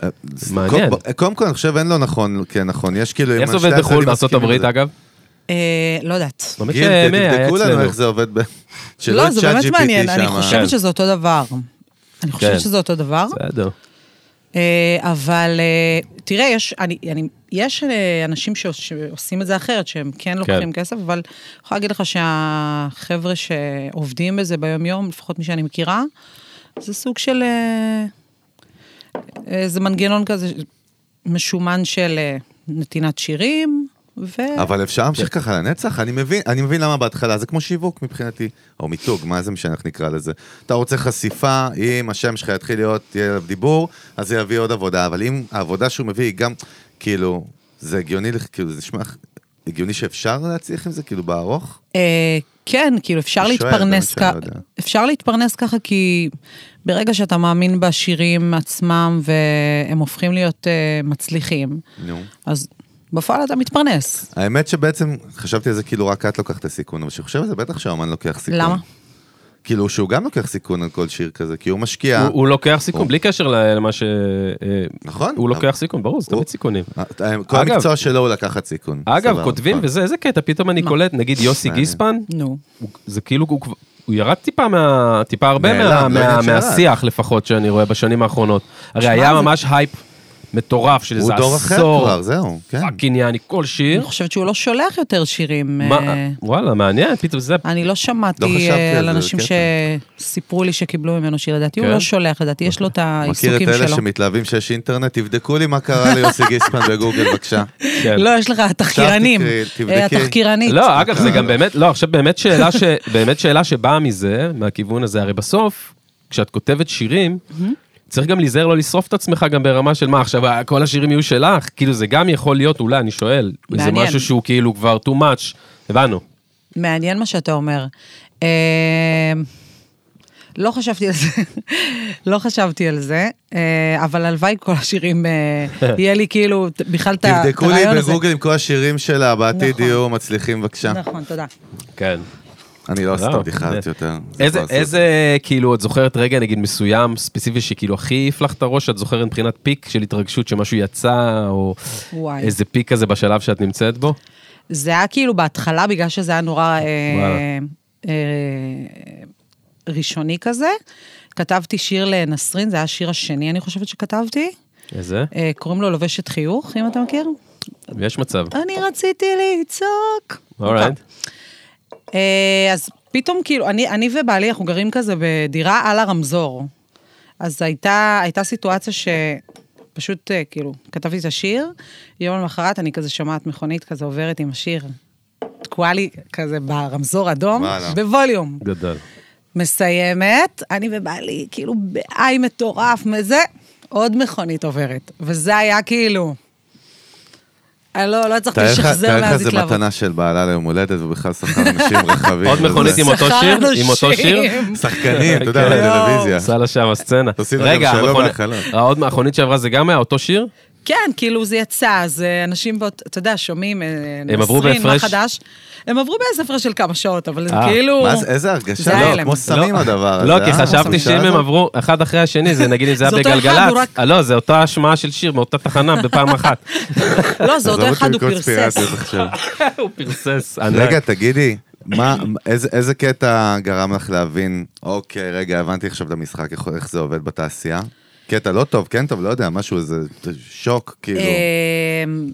[SPEAKER 1] אה, זה-
[SPEAKER 2] מעניין.
[SPEAKER 1] קודם- קודם כל, אני חושב אין לו נכון, כן, נכון, יש כאילו... אם
[SPEAKER 2] איך זה
[SPEAKER 1] שתי
[SPEAKER 2] עובד בחו"ל,
[SPEAKER 1] הצדדים
[SPEAKER 2] בארצות
[SPEAKER 1] מסכימים
[SPEAKER 2] הברית
[SPEAKER 1] לזה.
[SPEAKER 2] אגב?
[SPEAKER 3] אה, לא יודעת.
[SPEAKER 2] באמת
[SPEAKER 1] גיל,
[SPEAKER 2] שמאה היה
[SPEAKER 1] תבדקו לנו
[SPEAKER 2] אצלנו.
[SPEAKER 1] איך זה עובד ב... שלא
[SPEAKER 3] לא,
[SPEAKER 1] את
[SPEAKER 3] זה
[SPEAKER 1] ChatGPT אה.
[SPEAKER 3] באמת מעניין, אני
[SPEAKER 1] שמה.
[SPEAKER 2] כן.
[SPEAKER 3] חושבת שזה אותו דבר. אני
[SPEAKER 2] כן.
[SPEAKER 3] חושבת שזה אותו דבר.
[SPEAKER 2] בסדר.
[SPEAKER 3] אה, אבל אה, תראה, יש, אני, אני, יש אה, אנשים ש, שעושים את זה אחרת, שהם כן לוקחים כסף, אבל אני יכולה להגיד לך שהחבר'ה שעובדים בזה ביום-יום, לפחות מי שאני מכירה, זה סוג של... אה, אה, זה מנגנון כזה משומן של אה, נתינת שירים, ו...
[SPEAKER 1] אבל אפשר להמשיך ככה לנצח? אני מבין, אני מבין למה בהתחלה, זה כמו שיווק מבחינתי, או מיתוג, מה זה משנה איך נקרא לזה. אתה רוצה חשיפה, אם השם שלך יתחיל להיות, יהיה עליו דיבור, אז זה יביא עוד עבודה, אבל אם העבודה שהוא מביא היא גם, כאילו, זה הגיוני, לך- כאילו, זה נשמע הגיוני שאפשר להצליח עם זה, כאילו, בארוך?
[SPEAKER 3] אה, כן, כאילו אפשר
[SPEAKER 1] אני שואל,
[SPEAKER 3] להתפרנס
[SPEAKER 1] באמת שאני
[SPEAKER 3] ככה,
[SPEAKER 1] לא יודע.
[SPEAKER 3] אפשר להתפרנס ככה כי ברגע שאתה מאמין בשירים עצמם והם הופכים להיות אה, מצליחים,
[SPEAKER 1] נו.
[SPEAKER 3] אז בפועל אתה מתפרנס.
[SPEAKER 1] האמת שבעצם, חשבתי על זה כאילו רק את לוקחת את הסיכון, אבל כשחושב על זה, בטח שהאומן לוקח סיכון.
[SPEAKER 3] למה?
[SPEAKER 1] כאילו, שהוא גם לוקח סיכון על כל שיר כזה, כי הוא משקיע.
[SPEAKER 2] הוא- הוא לוקח סיכון,
[SPEAKER 1] הוא-
[SPEAKER 2] בלי קשר ל- למה ש... אה,
[SPEAKER 1] אה. נכון.
[SPEAKER 2] הוא
[SPEAKER 1] אבל-
[SPEAKER 2] לוקח סיכון, ברור, זה
[SPEAKER 1] הוא-
[SPEAKER 2] תמיד סיכונים.
[SPEAKER 1] כל
[SPEAKER 2] אגב-
[SPEAKER 1] המקצוע שלו הוא לקחת סיכון.
[SPEAKER 2] אגב,
[SPEAKER 1] סבבה,
[SPEAKER 2] כותבים
[SPEAKER 1] נכון.
[SPEAKER 2] וזה, איזה קטע, פתאום אני קולט, נגיד יוסי
[SPEAKER 1] מעניין.
[SPEAKER 2] גיספן,
[SPEAKER 3] נו.
[SPEAKER 2] הוא- זה כאילו, הוא כבר- הוא ירד טיפה מה... טיפה הרבה מה-
[SPEAKER 1] נעלם, לא
[SPEAKER 2] מה-
[SPEAKER 1] עניין שירד.
[SPEAKER 2] מהשיח לפחות שאני רואה בשנים האחרונות. הרי
[SPEAKER 3] תשמע,
[SPEAKER 2] היה
[SPEAKER 3] זה-
[SPEAKER 2] ממש הייפ מטורף של איזה
[SPEAKER 1] הוא דור אחר
[SPEAKER 2] עשור.
[SPEAKER 1] כבר, זהו, כן.
[SPEAKER 2] פאקינג יעני, כל
[SPEAKER 3] אני
[SPEAKER 2] שיר.
[SPEAKER 3] חושבת שהוא לא שולח יותר שירים.
[SPEAKER 2] מה-
[SPEAKER 3] אה,
[SPEAKER 2] וואלה, מעניין, פתאום זה...
[SPEAKER 3] אני לא
[SPEAKER 1] לא
[SPEAKER 3] שמעתי
[SPEAKER 1] חשבתי על
[SPEAKER 3] אה, על
[SPEAKER 1] זה,
[SPEAKER 3] אנשים
[SPEAKER 1] זה
[SPEAKER 3] שסיפרו לי שקיבלו ממנו שיר, לדעתי הוא
[SPEAKER 2] כן?
[SPEAKER 3] לא שולח, לדעתי יש לו את
[SPEAKER 1] מכיר את
[SPEAKER 3] העיסוקים
[SPEAKER 1] אלה
[SPEAKER 3] שלו.
[SPEAKER 1] שמתלהבים שיש אינטרנט? תבדקו לי מה קרה ליוסי גיספן בגוגל,
[SPEAKER 3] [LAUGHS]
[SPEAKER 1] בבקשה.
[SPEAKER 2] כן.
[SPEAKER 3] לא, יש לך התחקירנים.
[SPEAKER 1] תקראי,
[SPEAKER 3] אה,
[SPEAKER 1] תבדקי.
[SPEAKER 3] התחקירנית.
[SPEAKER 2] לא, אגב, זה גם באמת, לא, עכשיו באמת שאלה, ש, באמת שאלה שבאה מזה, מהכיוון הזה, הרי בסוף, כשאת כותבת שירים, צריך גם להיזהר לא לשרוף את עצמך גם ברמה של מה, עכשיו אה, כל השירים יהיו שלך, כאילו זה גם יכול להיות, אולי, אני שואל, זה
[SPEAKER 3] מעניין.
[SPEAKER 2] משהו שהוא כאילו כבר too much, הבנו.
[SPEAKER 3] מעניין מה שאתה אומר. אה, לא חשבתי על זה, לא חשבתי על זה, אה, אבל הלוואי כל השירים, אה, יהיה לי כאילו ת- בכלל את ה- את
[SPEAKER 1] תבדקו לי
[SPEAKER 3] הרעיון הזה.
[SPEAKER 1] בגוגל עם כל השירים שלה, בעתיד
[SPEAKER 3] נכון.
[SPEAKER 1] יהיו מצליחים, בבקשה.
[SPEAKER 3] נכון, תודה.
[SPEAKER 2] כן.
[SPEAKER 1] אני לא עושה
[SPEAKER 2] לא,
[SPEAKER 1] בדיחת
[SPEAKER 2] זה-
[SPEAKER 1] יותר. זה
[SPEAKER 2] איזה,
[SPEAKER 1] כבר עשו.
[SPEAKER 2] איזה, כאילו, את זוכרת רגע, נגיד, מסוים, ספציפי, שכאילו הכי הפלח את הראש, את זוכרת מבחינת פיק של התרגשות שמשהו יצא, או
[SPEAKER 3] וואי.
[SPEAKER 2] איזה פיק כזה בשלב שאת נמצאת בו?
[SPEAKER 3] זה היה כאילו בהתחלה, בגלל שזה היה נורא אה,
[SPEAKER 2] וואלה.
[SPEAKER 3] אה, ראשוני כזה, כתבתי שיר לנסרין, זה היה השיר השני, אני חושבת שכתבתי.
[SPEAKER 2] איזה?
[SPEAKER 3] אה, קוראים לו לובשת חיוך, אם אתה מכיר.
[SPEAKER 2] יש מצב.
[SPEAKER 3] אני רציתי לצעוק.
[SPEAKER 2] אורייט.
[SPEAKER 3] אה, אז פתאום כאילו, אני, אני ובעלי, אנחנו גרים כזה בדירה על הרמזור. אז הייתה, הייתה סיטואציה שפשוט, אה, כאילו, כתבתי את השיר, יום למחרת אני כזה שומעת מכונית כזה עוברת עם השיר. תקועה לי כזה ברמזור אדום,
[SPEAKER 1] וואלה.
[SPEAKER 3] בווליום.
[SPEAKER 2] גדל.
[SPEAKER 3] מסיימת, אני ובעלי, כאילו, בעי מטורף מזה, עוד מכונית עוברת. וזה היה כאילו... אה, לא, לא הצלחתי
[SPEAKER 1] תאר לך-
[SPEAKER 3] לשחזר
[SPEAKER 1] תאר לך
[SPEAKER 3] מאז
[SPEAKER 1] איזה
[SPEAKER 3] התלהבות.
[SPEAKER 1] מתנה של בעלה ליום הולדת, ובכלל שכר אנשים רחבים.
[SPEAKER 2] עוד
[SPEAKER 1] וזה.
[SPEAKER 2] מכונית עם אותו
[SPEAKER 3] שכר
[SPEAKER 2] שיר? עם אותו
[SPEAKER 3] אנשים.
[SPEAKER 2] שיר?
[SPEAKER 1] שחקנים, אתה יודע,
[SPEAKER 2] כן.
[SPEAKER 1] לטלוויזיה.
[SPEAKER 2] עשה לה שם הסצנה.
[SPEAKER 1] תוסיף לכם
[SPEAKER 2] רגע,
[SPEAKER 1] שלום
[SPEAKER 2] המכונית-
[SPEAKER 1] מהחלל.
[SPEAKER 2] העוד מהמכונית שעברה זה גם היה אותו שיר?
[SPEAKER 3] כן, כאילו זה יצא, אז אה, אנשים, באות- אתה יודע, שומעים, אה,
[SPEAKER 2] הם עברו
[SPEAKER 3] נסרין, מה
[SPEAKER 2] בהפרש?
[SPEAKER 3] חדש? הם עברו באיזה הפרש של כמה שעות, אבל זה
[SPEAKER 2] אה,
[SPEAKER 3] כאילו...
[SPEAKER 1] מה זה, איזה הרגשה,
[SPEAKER 3] זה
[SPEAKER 1] לא,
[SPEAKER 3] ההלם.
[SPEAKER 1] כמו סמים
[SPEAKER 2] לא.
[SPEAKER 1] הדבר הזה.
[SPEAKER 2] לא,
[SPEAKER 1] אה?
[SPEAKER 2] כי חשבתי
[SPEAKER 1] התחושה
[SPEAKER 2] שאם הם
[SPEAKER 1] הזאת?
[SPEAKER 2] עברו אחד אחרי השני, זה נגיד אם זה היה
[SPEAKER 3] זה אותו אחד,
[SPEAKER 2] בגלגלצ.
[SPEAKER 3] הוא רק-
[SPEAKER 2] אה, לא, זה אותה השמעה של שיר מאותה תחנה בפעם
[SPEAKER 3] [LAUGHS]
[SPEAKER 2] אחת.
[SPEAKER 3] לא, זה
[SPEAKER 1] עזוב
[SPEAKER 3] אותו
[SPEAKER 1] אותי
[SPEAKER 3] אחד, הוא
[SPEAKER 1] עם
[SPEAKER 3] פרסס.
[SPEAKER 1] קונספירציות עכשיו.
[SPEAKER 2] הוא פרסס.
[SPEAKER 1] רגע, תגידי, מה- איזה- איזה קטע גרם לך להבין, אוקיי, רגע, הבנתי עכשיו את המשחק, איך- איך זה עובד בתעשייה? קטע לא טוב, כן טוב, לא יודע, משהו, איזה שוק, כאילו.
[SPEAKER 3] אמ,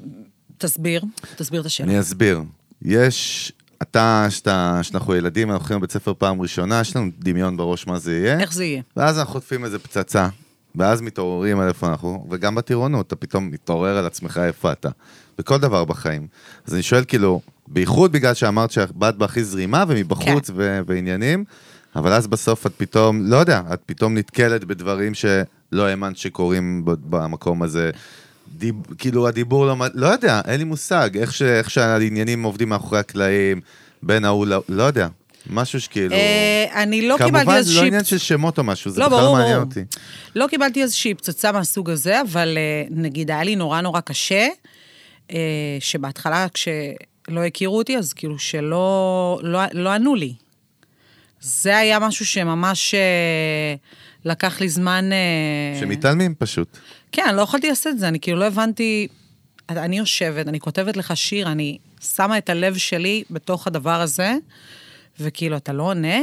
[SPEAKER 3] תסביר, תסביר את השאלה.
[SPEAKER 1] אני אסביר. יש, אתה, שאתה- שאנחנו ילדים, אנחנו הולכים לבית ספר פעם ראשונה, יש לנו דמיון בראש מה זה יהיה.
[SPEAKER 3] איך זה יהיה?
[SPEAKER 1] ואז אנחנו חוטפים איזה פצצה, ואז מתעוררים על איפה אנחנו, וגם בטירונות, אתה פתאום מתעורר על עצמך איפה אתה. בכל דבר בחיים. אז אני שואל כאילו, בייחוד בגלל שאמרת שבאת בהכי זרימה ומבחוץ ו- ועניינים, אבל אז בסוף את פתאום, לא יודע, את פתאום נתקלת בדברים שלא האמנת שקורים ב- במקום הזה. דיב, כאילו הדיבור לא, מ- לא יודע, אין לי מושג, איך, ש, איך שהעניינים עובדים מאחורי הקלעים, בין ההוא ל... לא יודע, משהו שכאילו...
[SPEAKER 3] אה, אני לא
[SPEAKER 1] כאילו- כמובן,
[SPEAKER 3] קיבלתי
[SPEAKER 1] זה לא
[SPEAKER 3] איזושהי...
[SPEAKER 1] עניין של שמות או משהו, זה
[SPEAKER 3] לא,
[SPEAKER 1] בכלל לא
[SPEAKER 3] ברור,
[SPEAKER 1] מעניין
[SPEAKER 3] ברור.
[SPEAKER 1] אותי.
[SPEAKER 3] לא קיבלתי איזושהי פצצה מהסוג הזה, אבל אה, נגיד היה לי נורא נורא קשה, אה, שבהתחלה כשלא הכירו אותי, אז כאילו שלא לא, לא ענו לי. זה היה משהו שממש אה, לקח לי זמן... אה,
[SPEAKER 1] שמתעלמים פשוט.
[SPEAKER 3] כן, אני לא יכולתי לעשות את זה, אני כאילו לא הבנתי... אני יושבת, אני כותבת לך שיר, אני שמה את הלב שלי בתוך הדבר הזה, וכאילו, אתה לא עונה?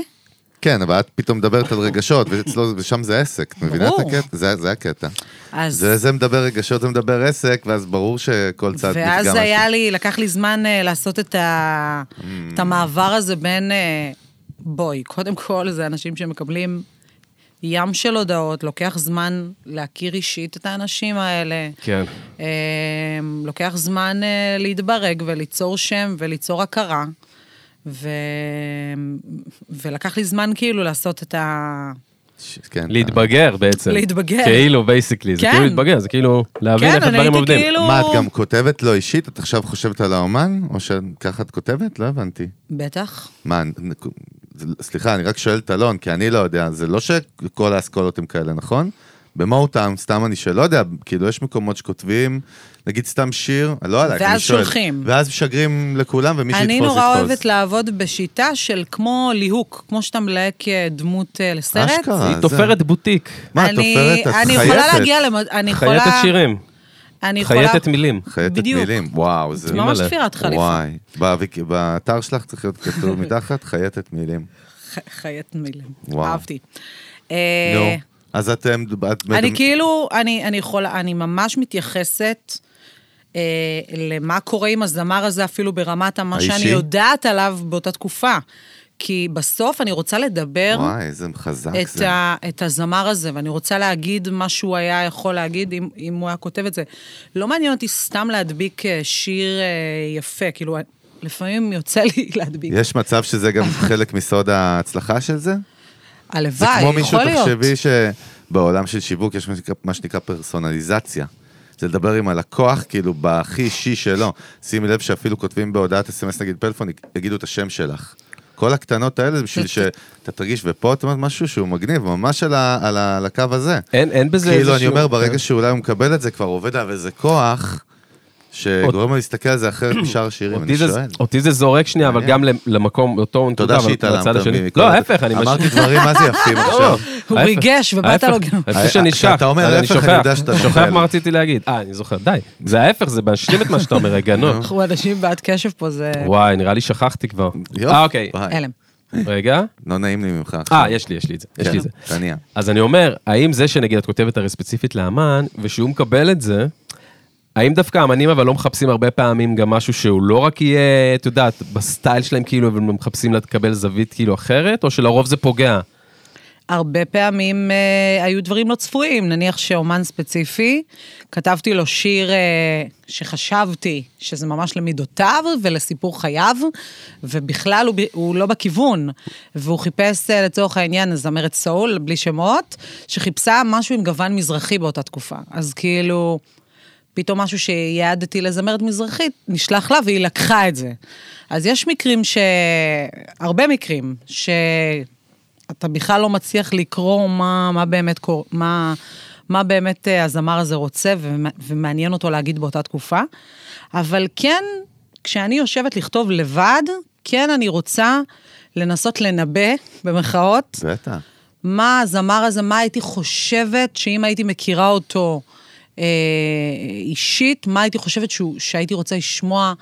[SPEAKER 1] כן, אבל את פתאום מדברת על רגשות, ואצלו- ושם זה עסק, את מבינה את
[SPEAKER 3] ברור.
[SPEAKER 1] הקטע? זה- זה הקטע.
[SPEAKER 3] אז...
[SPEAKER 1] זה זה מדבר רגשות, זה מדבר עסק, ואז ברור שכל צד נפגע
[SPEAKER 3] ואז
[SPEAKER 1] משהו.
[SPEAKER 3] היה לי, לקח לי זמן אה, לעשות את, ה... את המעבר הזה בין, אה, בואי, קודם כל זה אנשים שמקבלים ים של הודעות, לוקח זמן להכיר אישית את האנשים האלה.
[SPEAKER 2] כן.
[SPEAKER 3] אה, לוקח זמן אה, להתברג וליצור שם וליצור הכרה. ו... ולקח לי זמן כאילו לעשות את ה...
[SPEAKER 1] ש- כן.
[SPEAKER 2] להתבגר בעצם.
[SPEAKER 3] להתבגר.
[SPEAKER 2] כאילו, בייסיקלי. זה
[SPEAKER 3] כן.
[SPEAKER 2] כאילו להתבגר, זה כאילו להבין
[SPEAKER 3] כן,
[SPEAKER 2] איך
[SPEAKER 3] אני
[SPEAKER 2] הדברים
[SPEAKER 3] הייתי
[SPEAKER 2] עובדים.
[SPEAKER 3] כאילו-
[SPEAKER 1] מה, את גם כותבת לו אישית? את עכשיו חושבת על האומן? או שככה את כותבת? לא הבנתי.
[SPEAKER 3] בטח.
[SPEAKER 1] מה, נ- נ- זה- סליחה, אני רק שואל את אלון, כי אני לא יודע, זה לא שכל האסכולות הם כאלה, נכון? במוטאם, סתם אני שלא יודע, כאילו יש מקומות שכותבים, נגיד סתם שיר, לא עלייך, אני
[SPEAKER 3] ואז
[SPEAKER 1] שואל.
[SPEAKER 3] שולחים.
[SPEAKER 1] ואז משגרים לכולם, ומי שיתפוס
[SPEAKER 3] אני
[SPEAKER 1] יתפוס.
[SPEAKER 3] נורא אוהבת לעבוד בשיטה של כמו ליהוק, כמו שאתה מלהק אה, דמות אה, לסרט.
[SPEAKER 1] אשכרה.
[SPEAKER 2] היא
[SPEAKER 1] זה-
[SPEAKER 2] תופרת בוטיק.
[SPEAKER 1] מה, את
[SPEAKER 3] אני-
[SPEAKER 1] עופרת? את
[SPEAKER 3] אני
[SPEAKER 1] חייטת.
[SPEAKER 3] יכולה להגיע למד... אני יכולה...
[SPEAKER 2] חייטת שירים.
[SPEAKER 3] אני יכולה...
[SPEAKER 2] חייטת מילים.
[SPEAKER 1] חייטת
[SPEAKER 3] בדיוק.
[SPEAKER 1] מילים, וואו, זה...
[SPEAKER 3] זה ממש
[SPEAKER 2] אימא'לה.
[SPEAKER 3] תפירת חליפה.
[SPEAKER 1] וואי, בוויק- באתר שלך צריך להיות
[SPEAKER 3] [LAUGHS]
[SPEAKER 1] כתוב מתחת, חייטת מילים.
[SPEAKER 3] ח- חיית מילים.
[SPEAKER 1] וואו.
[SPEAKER 3] אהבתי.
[SPEAKER 1] נו,
[SPEAKER 3] אה,
[SPEAKER 1] אז אתם... את-
[SPEAKER 3] אני כאילו, אני, אני יכולה, אני ממש מתייחסת אה, למה קורה עם הזמר הזה, אפילו ברמת מה
[SPEAKER 1] האישי?
[SPEAKER 3] שאני יודעת עליו באותה תקופה. כי בסוף אני רוצה לדבר
[SPEAKER 1] וואי, איזה חזק
[SPEAKER 3] את,
[SPEAKER 1] זה.
[SPEAKER 3] ה, את הזמר הזה, ואני רוצה להגיד מה שהוא היה יכול להגיד אם, אם הוא היה כותב את זה. לא מעניין אותי סתם להדביק אה, שיר אה, יפה, כאילו, לפעמים יוצא לי [LAUGHS] להדביק.
[SPEAKER 1] יש מצב שזה גם חלק מסוד ההצלחה של זה? זה
[SPEAKER 3] הלוואי,
[SPEAKER 1] כמו מישהו,
[SPEAKER 3] יכול להיות.
[SPEAKER 1] תחשבי שבעולם של שיווק יש מה שנקרא- מה שנקרא פרסונליזציה. זה לדבר עם הלקוח, כאילו, בהכי אישי שלו. שימי לב שאפילו כותבים בהודעת אס.אם.אס, נגיד פלאפון, יגידו את השם שלך. כל הקטנות האלה זה בשביל
[SPEAKER 3] זה-
[SPEAKER 1] שאתה תרגיש, ופה את אומרת משהו שהוא מגניב, ממש על, ה, על, ה, על הקו הזה.
[SPEAKER 2] אין אין בזה איזשהו...
[SPEAKER 1] כאילו,
[SPEAKER 2] כן.
[SPEAKER 1] אני אומר, ברגע שאולי הוא מקבל את זה, כבר עובד עליו איזה כוח, שגורם לו להסתכל על זה
[SPEAKER 2] [COUGHS]
[SPEAKER 1] אחרת משאר השירים, אני
[SPEAKER 2] אותי זה-
[SPEAKER 1] שואל.
[SPEAKER 2] אותי זה זורק שנייה, אבל גם למקום, אותו נקודה,
[SPEAKER 1] תודה
[SPEAKER 2] אבל
[SPEAKER 1] שהתעלמת.
[SPEAKER 2] לצד השני.
[SPEAKER 1] מכל-
[SPEAKER 2] לא, ההפך, אני אה,
[SPEAKER 1] אמרתי דברים מה זה
[SPEAKER 2] [LAUGHS]
[SPEAKER 1] יפים עכשיו.
[SPEAKER 3] הוא
[SPEAKER 2] ההפך,
[SPEAKER 3] ריגש, ובאת
[SPEAKER 2] ההפך,
[SPEAKER 3] לו גם.
[SPEAKER 2] אני חושב שאני
[SPEAKER 1] כשאתה
[SPEAKER 2] שח,
[SPEAKER 1] אומר
[SPEAKER 2] אז אני
[SPEAKER 1] ההפך, אני
[SPEAKER 2] שוכח,
[SPEAKER 1] יודע שאתה
[SPEAKER 2] שוכח
[SPEAKER 1] נופל.
[SPEAKER 2] מה רציתי להגיד. אה, אני זוכר, די. זה ההפך, זה משלים את מה שאתה אומר, הגנו.
[SPEAKER 3] אנחנו אנשים בעד קשב פה, זה
[SPEAKER 2] וואי, נראה לי שכחתי כבר.
[SPEAKER 1] יופי.
[SPEAKER 2] אה, אוקיי,
[SPEAKER 1] וואי,
[SPEAKER 3] הלם.
[SPEAKER 2] רגע.
[SPEAKER 1] לא נעים לי ממך.
[SPEAKER 2] אה, יש לי, יש לי את זה, יש
[SPEAKER 1] כן.
[SPEAKER 2] לי את זה.
[SPEAKER 1] תניע.
[SPEAKER 2] אז אני אומר, האם זה שנגיד את כותבת הרי ספציפית לאמן, ושהוא מקבל את זה, האם דווקא האמנים אבל לא מחפשים הרבה פעמים גם משהו שהוא לא רק יהיה, את יודעת, בסטייל שלהם כאילו, אבל הם מחפשים לקבל זווית כאילו אחרת, או שלרוב זה פוגע?
[SPEAKER 3] הרבה פעמים אה, היו דברים לא צפויים, נניח שאומן ספציפי, כתבתי לו שיר אה, שחשבתי שזה ממש למידותיו ולסיפור חייו, ובכלל הוא, ב- הוא לא בכיוון, והוא חיפש אה, לצורך העניין זמרת סאול, בלי שמות, שחיפשה משהו עם גוון מזרחי באותה תקופה. אז כאילו, פתאום משהו שיעדתי לזמרת מזרחית, נשלח לה והיא לקחה את זה. אז יש מקרים ש... הרבה מקרים, ש... אתה בכלל לא מצליח לקרוא מה, מה באמת קורה, מה, מה באמת אה, הזמר הזה רוצה ומע- ומעניין אותו להגיד באותה תקופה. אבל כן, כשאני יושבת לכתוב לבד, כן אני רוצה לנסות לנבא, במרכאות,
[SPEAKER 1] בטח.
[SPEAKER 3] מה הזמר הזה, מה הייתי חושבת שאם הייתי מכירה אותו אה, אישית, מה הייתי חושבת שהוא, שהייתי רוצה לשמוע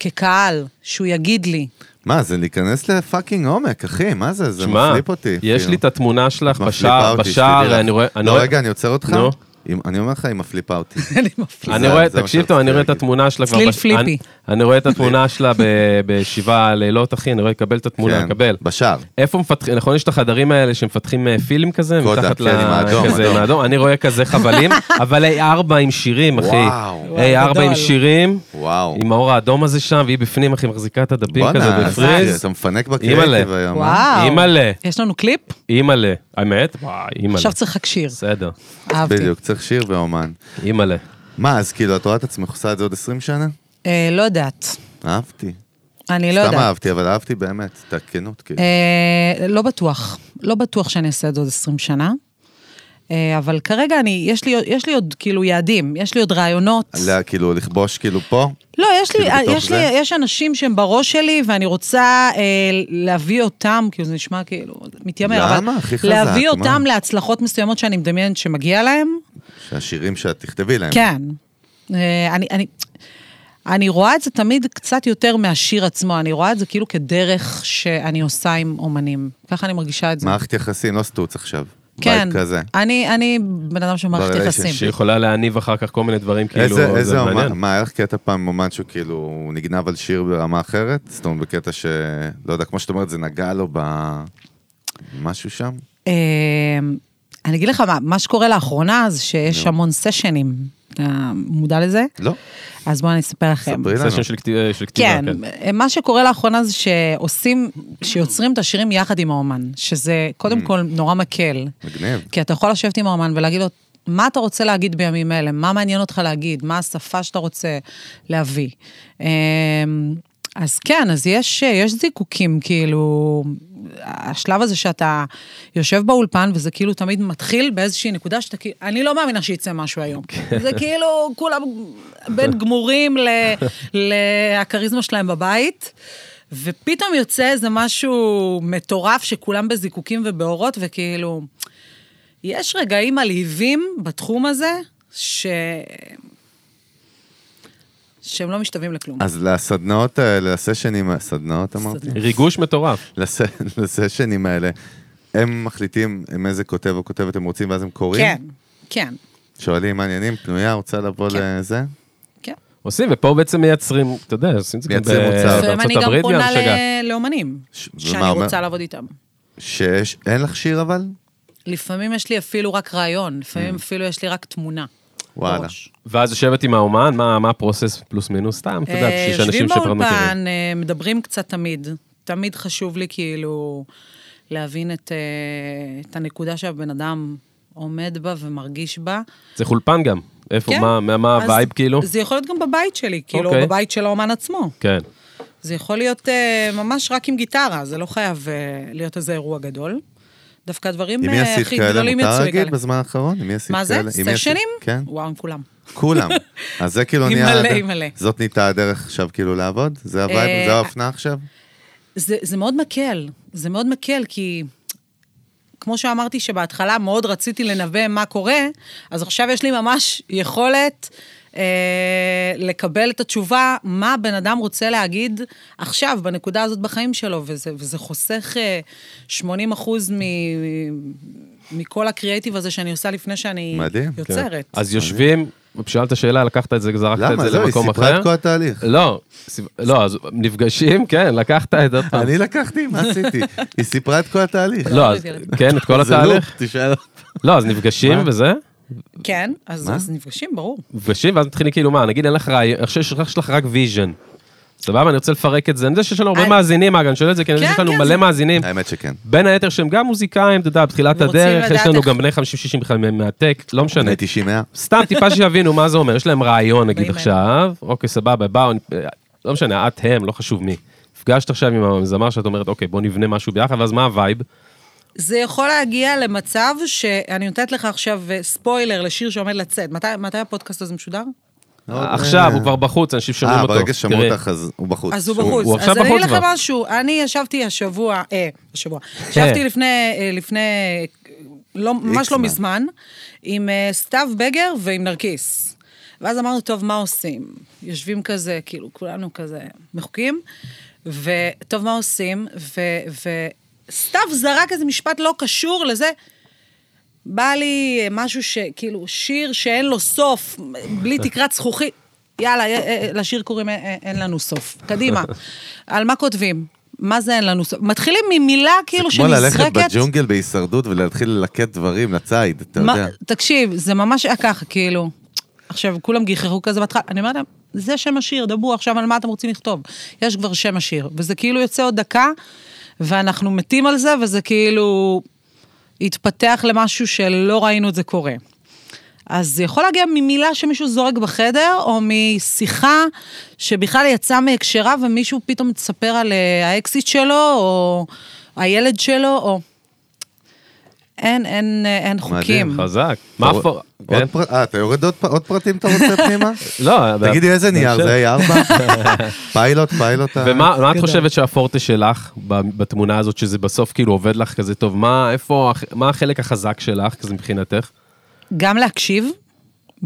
[SPEAKER 3] כקהל, שהוא יגיד לי. [LAUGHS]
[SPEAKER 1] מה, זה להיכנס לפאקינג עומק, אחי, מה זה? זה
[SPEAKER 2] שמע,
[SPEAKER 1] מפליפ אותי.
[SPEAKER 2] יש
[SPEAKER 1] כאילו.
[SPEAKER 2] לי את התמונה שלך
[SPEAKER 1] מפליפה
[SPEAKER 2] בשער,
[SPEAKER 1] אותי, שתדעי
[SPEAKER 2] בשער,
[SPEAKER 1] לך.
[SPEAKER 2] אני רואה... אני
[SPEAKER 1] לא,
[SPEAKER 2] רואה-
[SPEAKER 1] רגע, אני עוצר אותך.
[SPEAKER 2] נו.
[SPEAKER 1] אם- אני אומר לך, היא מפליפה
[SPEAKER 2] [LAUGHS]
[SPEAKER 1] אותי.
[SPEAKER 3] אני מפליאה.
[SPEAKER 2] אני
[SPEAKER 1] זה-
[SPEAKER 2] רואה,
[SPEAKER 1] זה מה כאילו.
[SPEAKER 2] תקשיב
[SPEAKER 1] שרציתי
[SPEAKER 2] טוב, אני רואה את
[SPEAKER 1] להגיד.
[SPEAKER 2] התמונה שלה כבר...
[SPEAKER 3] צליל
[SPEAKER 2] בש-
[SPEAKER 3] פליפי.
[SPEAKER 2] אני- אני רואה את
[SPEAKER 1] [LAUGHS]
[SPEAKER 2] התמונה שלה ב- בשבעה לילות, אחי, אני רואה, קבל את התמונה,
[SPEAKER 1] כן,
[SPEAKER 2] קבל.
[SPEAKER 1] בשער.
[SPEAKER 2] איפה מפתחים, נכון, יש את החדרים האלה שמפתחים אה, פילם כזה?
[SPEAKER 1] קודה,
[SPEAKER 2] מתחת
[SPEAKER 1] כן,
[SPEAKER 2] ל-
[SPEAKER 1] עם האדום,
[SPEAKER 2] כזה,
[SPEAKER 1] אדום.
[SPEAKER 2] עם האדום. אני רואה כזה
[SPEAKER 3] [LAUGHS]
[SPEAKER 2] חבלים, אבל A4 עם שירים, אחי.
[SPEAKER 1] וואו.
[SPEAKER 2] A4 עם
[SPEAKER 3] גדול.
[SPEAKER 2] שירים,
[SPEAKER 1] וואו.
[SPEAKER 2] עם האור האדום הזה שם, והיא בפנים, אחי, מחזיקה את הדפים כזה
[SPEAKER 1] בואנה, אחי,
[SPEAKER 2] בפריז.
[SPEAKER 1] אתה מפנק
[SPEAKER 2] אימא'לה.
[SPEAKER 1] בקריאיטיב היום. אה?
[SPEAKER 3] וואו.
[SPEAKER 2] אימא'לה,
[SPEAKER 3] יש לנו קליפ?
[SPEAKER 2] אימא'לה. האמת? וואי, אימא'לה.
[SPEAKER 3] עכשיו צריך רק שיר.
[SPEAKER 2] בסדר,
[SPEAKER 3] אהבתי.
[SPEAKER 1] בדיוק, צריך שיר ואומן.
[SPEAKER 2] אימא'לה.
[SPEAKER 1] מה, אז כאילו, את רואה את עצמך עושה את זה עוד 20 שנה?
[SPEAKER 3] אה, לא יודעת.
[SPEAKER 1] אהבתי.
[SPEAKER 3] אני לא
[SPEAKER 1] סתם
[SPEAKER 3] יודעת.
[SPEAKER 1] אהבתי, אבל אהבתי באמת, את הכנות, כאילו.
[SPEAKER 3] אה, לא בטוח. לא בטוח שאני אעשה את זה עוד 20 שנה. אה, אבל כרגע אני, יש לי, יש לי עוד כאילו יעדים, יש לי עוד רעיונות.
[SPEAKER 1] לה- כאילו, לכבוש כאילו פה?
[SPEAKER 3] לא, יש לי,
[SPEAKER 1] כאילו, בתוך
[SPEAKER 3] יש לי,
[SPEAKER 1] זה?
[SPEAKER 3] יש אנשים שהם בראש שלי, ואני רוצה אה, להביא אותם, כאילו זה נשמע כאילו, מתיימר, אבל...
[SPEAKER 1] למה? הכי חזק,
[SPEAKER 3] להביא
[SPEAKER 1] מה?
[SPEAKER 3] אותם להצלחות מסוימות שאני מדמיינת שמגיע להם,
[SPEAKER 1] שהשירים שאת תכתבי להם.
[SPEAKER 3] כן. אה, אני, אני, אני רואה את זה תמיד קצת יותר מהשיר עצמו, אני רואה את זה כאילו כדרך שאני עושה עם אומנים. ככה אני מרגישה את זה.
[SPEAKER 1] מערכת יחסים, לא סטוץ עכשיו.
[SPEAKER 3] כן.
[SPEAKER 1] בית כזה.
[SPEAKER 3] אני, אני בן אדם של מערכת
[SPEAKER 1] ב-relationship.
[SPEAKER 3] יחסים.
[SPEAKER 2] שיכולה להניב אחר כך כל מיני דברים, כאילו,
[SPEAKER 1] איזה, איזה
[SPEAKER 2] זה מעניין.
[SPEAKER 1] אומן, מה, היה לך קטע פעם עם אומן שהוא כאילו הוא נגנב על שיר ברמה אחרת? זאת אומרת, בקטע ש... לא יודע, כמו שאת אומרת, זה נגע לו ב... משהו שם?
[SPEAKER 3] אה, אני אגיד לך מה, מה שקורה לאחרונה זה שיש המון סשנים. אתה מודע לזה?
[SPEAKER 1] לא,
[SPEAKER 3] אז בואו אני אספר לכם.
[SPEAKER 1] ספרי לנו.
[SPEAKER 2] סשן של כתיב- של כתיבה,
[SPEAKER 3] כן, מה שקורה לאחרונה זה שעושים, שיוצרים את השירים יחד עם האומן, שזה
[SPEAKER 1] Mm.
[SPEAKER 3] קודם כל נורא מקל.
[SPEAKER 1] מגניב.
[SPEAKER 3] כי אתה יכול לשבת עם האומן ולהגיד לו, מה אתה רוצה להגיד בימים אלה? מה מעניין אותך להגיד? מה השפה שאתה רוצה להביא? אמ, אז כן, אז יש, יש זיקוקים, כאילו, השלב הזה שאתה יושב באולפן, וזה כאילו תמיד מתחיל באיזושהי נקודה שאתה כאילו, אני לא מאמינה שיצא משהו היום. זה כאילו, כולם בין גמורים ל- לכריזמה שלהם בבית. ופתאום יוצא איזה משהו מטורף שכולם בזיקוקים ובאורות, וכאילו, יש רגעים מלהיבים בתחום הזה, ש... שהם לא משתווים לכלום.
[SPEAKER 1] אז לסדנאות האלה, לסשנים, סדנאות אמרתי?
[SPEAKER 3] סדנאות.
[SPEAKER 2] ריגוש מטורף.
[SPEAKER 1] לס... לסשנים האלה, הם מחליטים עם איזה כותב או כותבת הם רוצים ואז הם קוראים?
[SPEAKER 3] כן, כן,
[SPEAKER 1] שואלים מה העניינים, פנויה, רוצה לבוא
[SPEAKER 3] כן.
[SPEAKER 1] לזה?
[SPEAKER 3] כן.
[SPEAKER 2] עושים, ופה בעצם מייצרים, אתה יודע, עושים את זה גם
[SPEAKER 1] מייצרים מוצר.
[SPEAKER 2] ב-
[SPEAKER 1] לפעמים
[SPEAKER 2] אה, בארצות
[SPEAKER 3] לפעמים אני גם
[SPEAKER 2] הברית,
[SPEAKER 3] פונה
[SPEAKER 2] גם שגע.
[SPEAKER 3] ל- לאומנים,
[SPEAKER 1] ש- ומה
[SPEAKER 3] שאני
[SPEAKER 1] אומר?
[SPEAKER 3] רוצה לעבוד איתם.
[SPEAKER 1] שיש, אין לך שיר אבל?
[SPEAKER 3] לפעמים יש לי אפילו רק רעיון, לפעמים אפילו יש לי רק תמונה.
[SPEAKER 1] וואלה.
[SPEAKER 3] בראש.
[SPEAKER 2] ואז יושבת עם האומן, מה מה הפרוסס פלוס מינוס? סתם, אתה יודע,
[SPEAKER 3] אה,
[SPEAKER 2] בשביל שאנשים
[SPEAKER 3] יושבים
[SPEAKER 2] שכבר מכירים.
[SPEAKER 3] באולפן, אה, מדברים קצת תמיד. תמיד חשוב לי כאילו להבין את, אה, את הנקודה שהבן אדם עומד בה ומרגיש בה.
[SPEAKER 2] צריך אולפן גם. איפה,
[SPEAKER 3] כן.
[SPEAKER 2] מה- מה- מה
[SPEAKER 3] אז
[SPEAKER 2] הווייב כאילו?
[SPEAKER 3] זה יכול להיות גם בבית שלי, כאילו,
[SPEAKER 2] אוקיי.
[SPEAKER 3] okay. בבית של האומן עצמו.
[SPEAKER 2] כן.
[SPEAKER 3] זה יכול להיות אה, ממש רק עם גיטרה, זה לא חייב אה, להיות איזה אירוע גדול. דווקא הדברים
[SPEAKER 1] עם מי
[SPEAKER 3] אה,
[SPEAKER 1] עשית
[SPEAKER 3] הכי
[SPEAKER 1] כאלה?
[SPEAKER 3] גדולים
[SPEAKER 1] מותר
[SPEAKER 3] יצאו לי
[SPEAKER 1] להגיד
[SPEAKER 3] כאלה.
[SPEAKER 1] בזמן האחרון? עם מי עשית
[SPEAKER 3] מה זה?
[SPEAKER 1] כאלה? עם מי עשית?
[SPEAKER 3] סשנים?
[SPEAKER 1] כן,
[SPEAKER 3] וואו, עם כולם. [LAUGHS]
[SPEAKER 1] כולם. אז זה כאילו
[SPEAKER 3] עם
[SPEAKER 1] נהיה...
[SPEAKER 3] מלא,
[SPEAKER 1] הד-
[SPEAKER 3] עם מלא.
[SPEAKER 1] זאת נהייתה הדרך עכשיו כאילו לעבוד? זה
[SPEAKER 3] אה,
[SPEAKER 1] הווייב? זה האופנה עכשיו?
[SPEAKER 3] זה, זה מאוד מקל, זה מאוד מקל, כי כמו שאמרתי שבהתחלה מאוד רציתי לנבא מה קורה, אז עכשיו יש לי ממש יכולת אה, לקבל את התשובה מה בן אדם רוצה להגיד עכשיו, בנקודה הזאת בחיים שלו, וזה, וזה חוסך אה, 80 אחוז מ... מכל הקריאיטיב הזה שאני עושה לפני שאני
[SPEAKER 1] מדהים, כן.
[SPEAKER 3] יוצרת.
[SPEAKER 2] אז יושבים, שאלת שאלה, לקחת את זה, זרקת את
[SPEAKER 1] למה?
[SPEAKER 2] זה
[SPEAKER 1] לא, היא
[SPEAKER 2] למקום
[SPEAKER 1] סיפרה
[SPEAKER 2] אחר.
[SPEAKER 1] את כל התהליך.
[SPEAKER 2] לא, סיב- לא, אז נפגשים, כן, לקחת את זה עוד פעם.
[SPEAKER 1] אני לקחתי, מה עשיתי? [LAUGHS] היא סיפרה את כל התהליך.
[SPEAKER 2] לא, אז- כן, את כל
[SPEAKER 1] זה
[SPEAKER 2] התהליך.
[SPEAKER 1] לופ, תשאל אותה.
[SPEAKER 2] לא, אז נפגשים וזה.
[SPEAKER 3] כן, אז, אז נפגשים, ברור.
[SPEAKER 2] נפגשים, ואז מתחילים כאילו, מה, נגיד אין לך רעיון, עכשיו יש לך- יש לך רק ויז'ן. סבבה? אני רוצה לפרק את זה. אני יודע שיש לנו הרבה
[SPEAKER 3] אני-
[SPEAKER 2] מאזינים, אגב, אני שואל את זה, כי אני יודע
[SPEAKER 3] כן,
[SPEAKER 2] שיש לנו
[SPEAKER 3] כן,
[SPEAKER 2] מלא
[SPEAKER 3] זה-
[SPEAKER 2] מאזינים.
[SPEAKER 1] האמת שכן.
[SPEAKER 2] בין היתר שהם גם מוזיקאים, אתה יודע, בתחילת
[SPEAKER 3] ורוצים
[SPEAKER 2] הדרך, יש
[SPEAKER 3] לדעת
[SPEAKER 2] לנו
[SPEAKER 3] איך-
[SPEAKER 2] גם בני 50-60 בכלל מהטק, לא משנה.
[SPEAKER 1] בני 90 100.
[SPEAKER 2] סתם טיפה שיבינו מה זה אומר, יש להם רעיון נגיד
[SPEAKER 3] באים
[SPEAKER 2] עכשיו, אוקיי סבבה, באו, לא משנה, את, הם, לא חשוב מי. נפגשת עכשיו עם הזמר שאת אומרת, אוקיי, בוא נבנה משהו ביחד, ואז מה הווייב?
[SPEAKER 1] אוקיי.
[SPEAKER 3] זה יכול להגיע למצב שאני נותנת לך עכשיו אה, ספוילר לשיר שעומד לצאת. מתי, מתי הפודקאסט הזה משודר?
[SPEAKER 2] עכשיו, הוא כבר בחוץ, אנשים שומעים
[SPEAKER 1] אה,
[SPEAKER 2] אותו.
[SPEAKER 1] ברגע ששמעו
[SPEAKER 2] תראה,
[SPEAKER 1] אותך, אז הוא בחוץ.
[SPEAKER 3] אז הוא בחוץ.
[SPEAKER 2] הוא עכשיו
[SPEAKER 3] אז אני
[SPEAKER 2] בחוץ
[SPEAKER 3] אגיד לך
[SPEAKER 2] כבר.
[SPEAKER 3] משהו, אני ישבתי השבוע, אה, השבוע, ישבתי לפני, אה, לפני, אה, לא, ממש לא
[SPEAKER 1] זמן.
[SPEAKER 3] מזמן, עם אה, סתיו בגר ועם נרקיס. ואז אמרנו, טוב, מה עושים? יושבים כזה, כאילו, כולנו כזה מחוקים, וטוב, מה עושים? ו- וסתיו זרק איזה משפט לא קשור לזה. בא לי אה, משהו שכאילו, שיר שאין לו סוף, בלי תקרת זכוכית. יאללה, אה, אה, לשיר קוראים אה, אה, אין לנו סוף.
[SPEAKER 1] [LAUGHS]
[SPEAKER 3] קדימה. על מה כותבים? מה זה אין לנו סוף? מתחילים ממילה כאילו
[SPEAKER 1] כמו ללכת
[SPEAKER 3] שנזרקת.
[SPEAKER 1] בג'ונגל בהישרדות ולהתחיל ללקט דברים לציד, אתה
[SPEAKER 3] מה-
[SPEAKER 1] יודע.
[SPEAKER 3] תקשיב, זה ממש היה ככה, כאילו. עכשיו, כולם גיחרו כזה בהתחלה. אני אומרת להם, זה שם השיר, דברו עכשיו על מה אתם רוצים לכתוב. יש כבר שם השיר. וזה כאילו יוצא עוד דקה, ואנחנו מתים על זה, וזה כאילו התפתח למשהו שלא ראינו את זה קורה. אז זה יכול להגיע ממילה שמישהו זורק בחדר, או משיחה שבכלל יצאה מהקשרה ומישהו פתאום מספר על אה, האקסיט שלו, או הילד שלו, או... אין, אין, אה, אין חוקים.
[SPEAKER 2] חזק. מה
[SPEAKER 1] אתה-
[SPEAKER 2] הפור...
[SPEAKER 1] עוד
[SPEAKER 2] כן?
[SPEAKER 1] פר- אה, אתה יורד עוד פ- עוד פרטים אתה רוצה
[SPEAKER 2] [LAUGHS]
[SPEAKER 1] פנימה?
[SPEAKER 2] לא,
[SPEAKER 1] תגידי איזה נייר
[SPEAKER 2] בהמשך.
[SPEAKER 1] זה, A4?
[SPEAKER 2] [LAUGHS]
[SPEAKER 1] פיילוט, פיילוט. ה-
[SPEAKER 2] ומה מה את
[SPEAKER 3] גדול.
[SPEAKER 2] חושבת שהפורטה שלך ב- בתמונה הזאת, שזה בסוף כאילו עובד לך כזה טוב? מה, איפה, הח- מה החלק החזק שלך, כזה מבחינתך?
[SPEAKER 3] גם להקשיב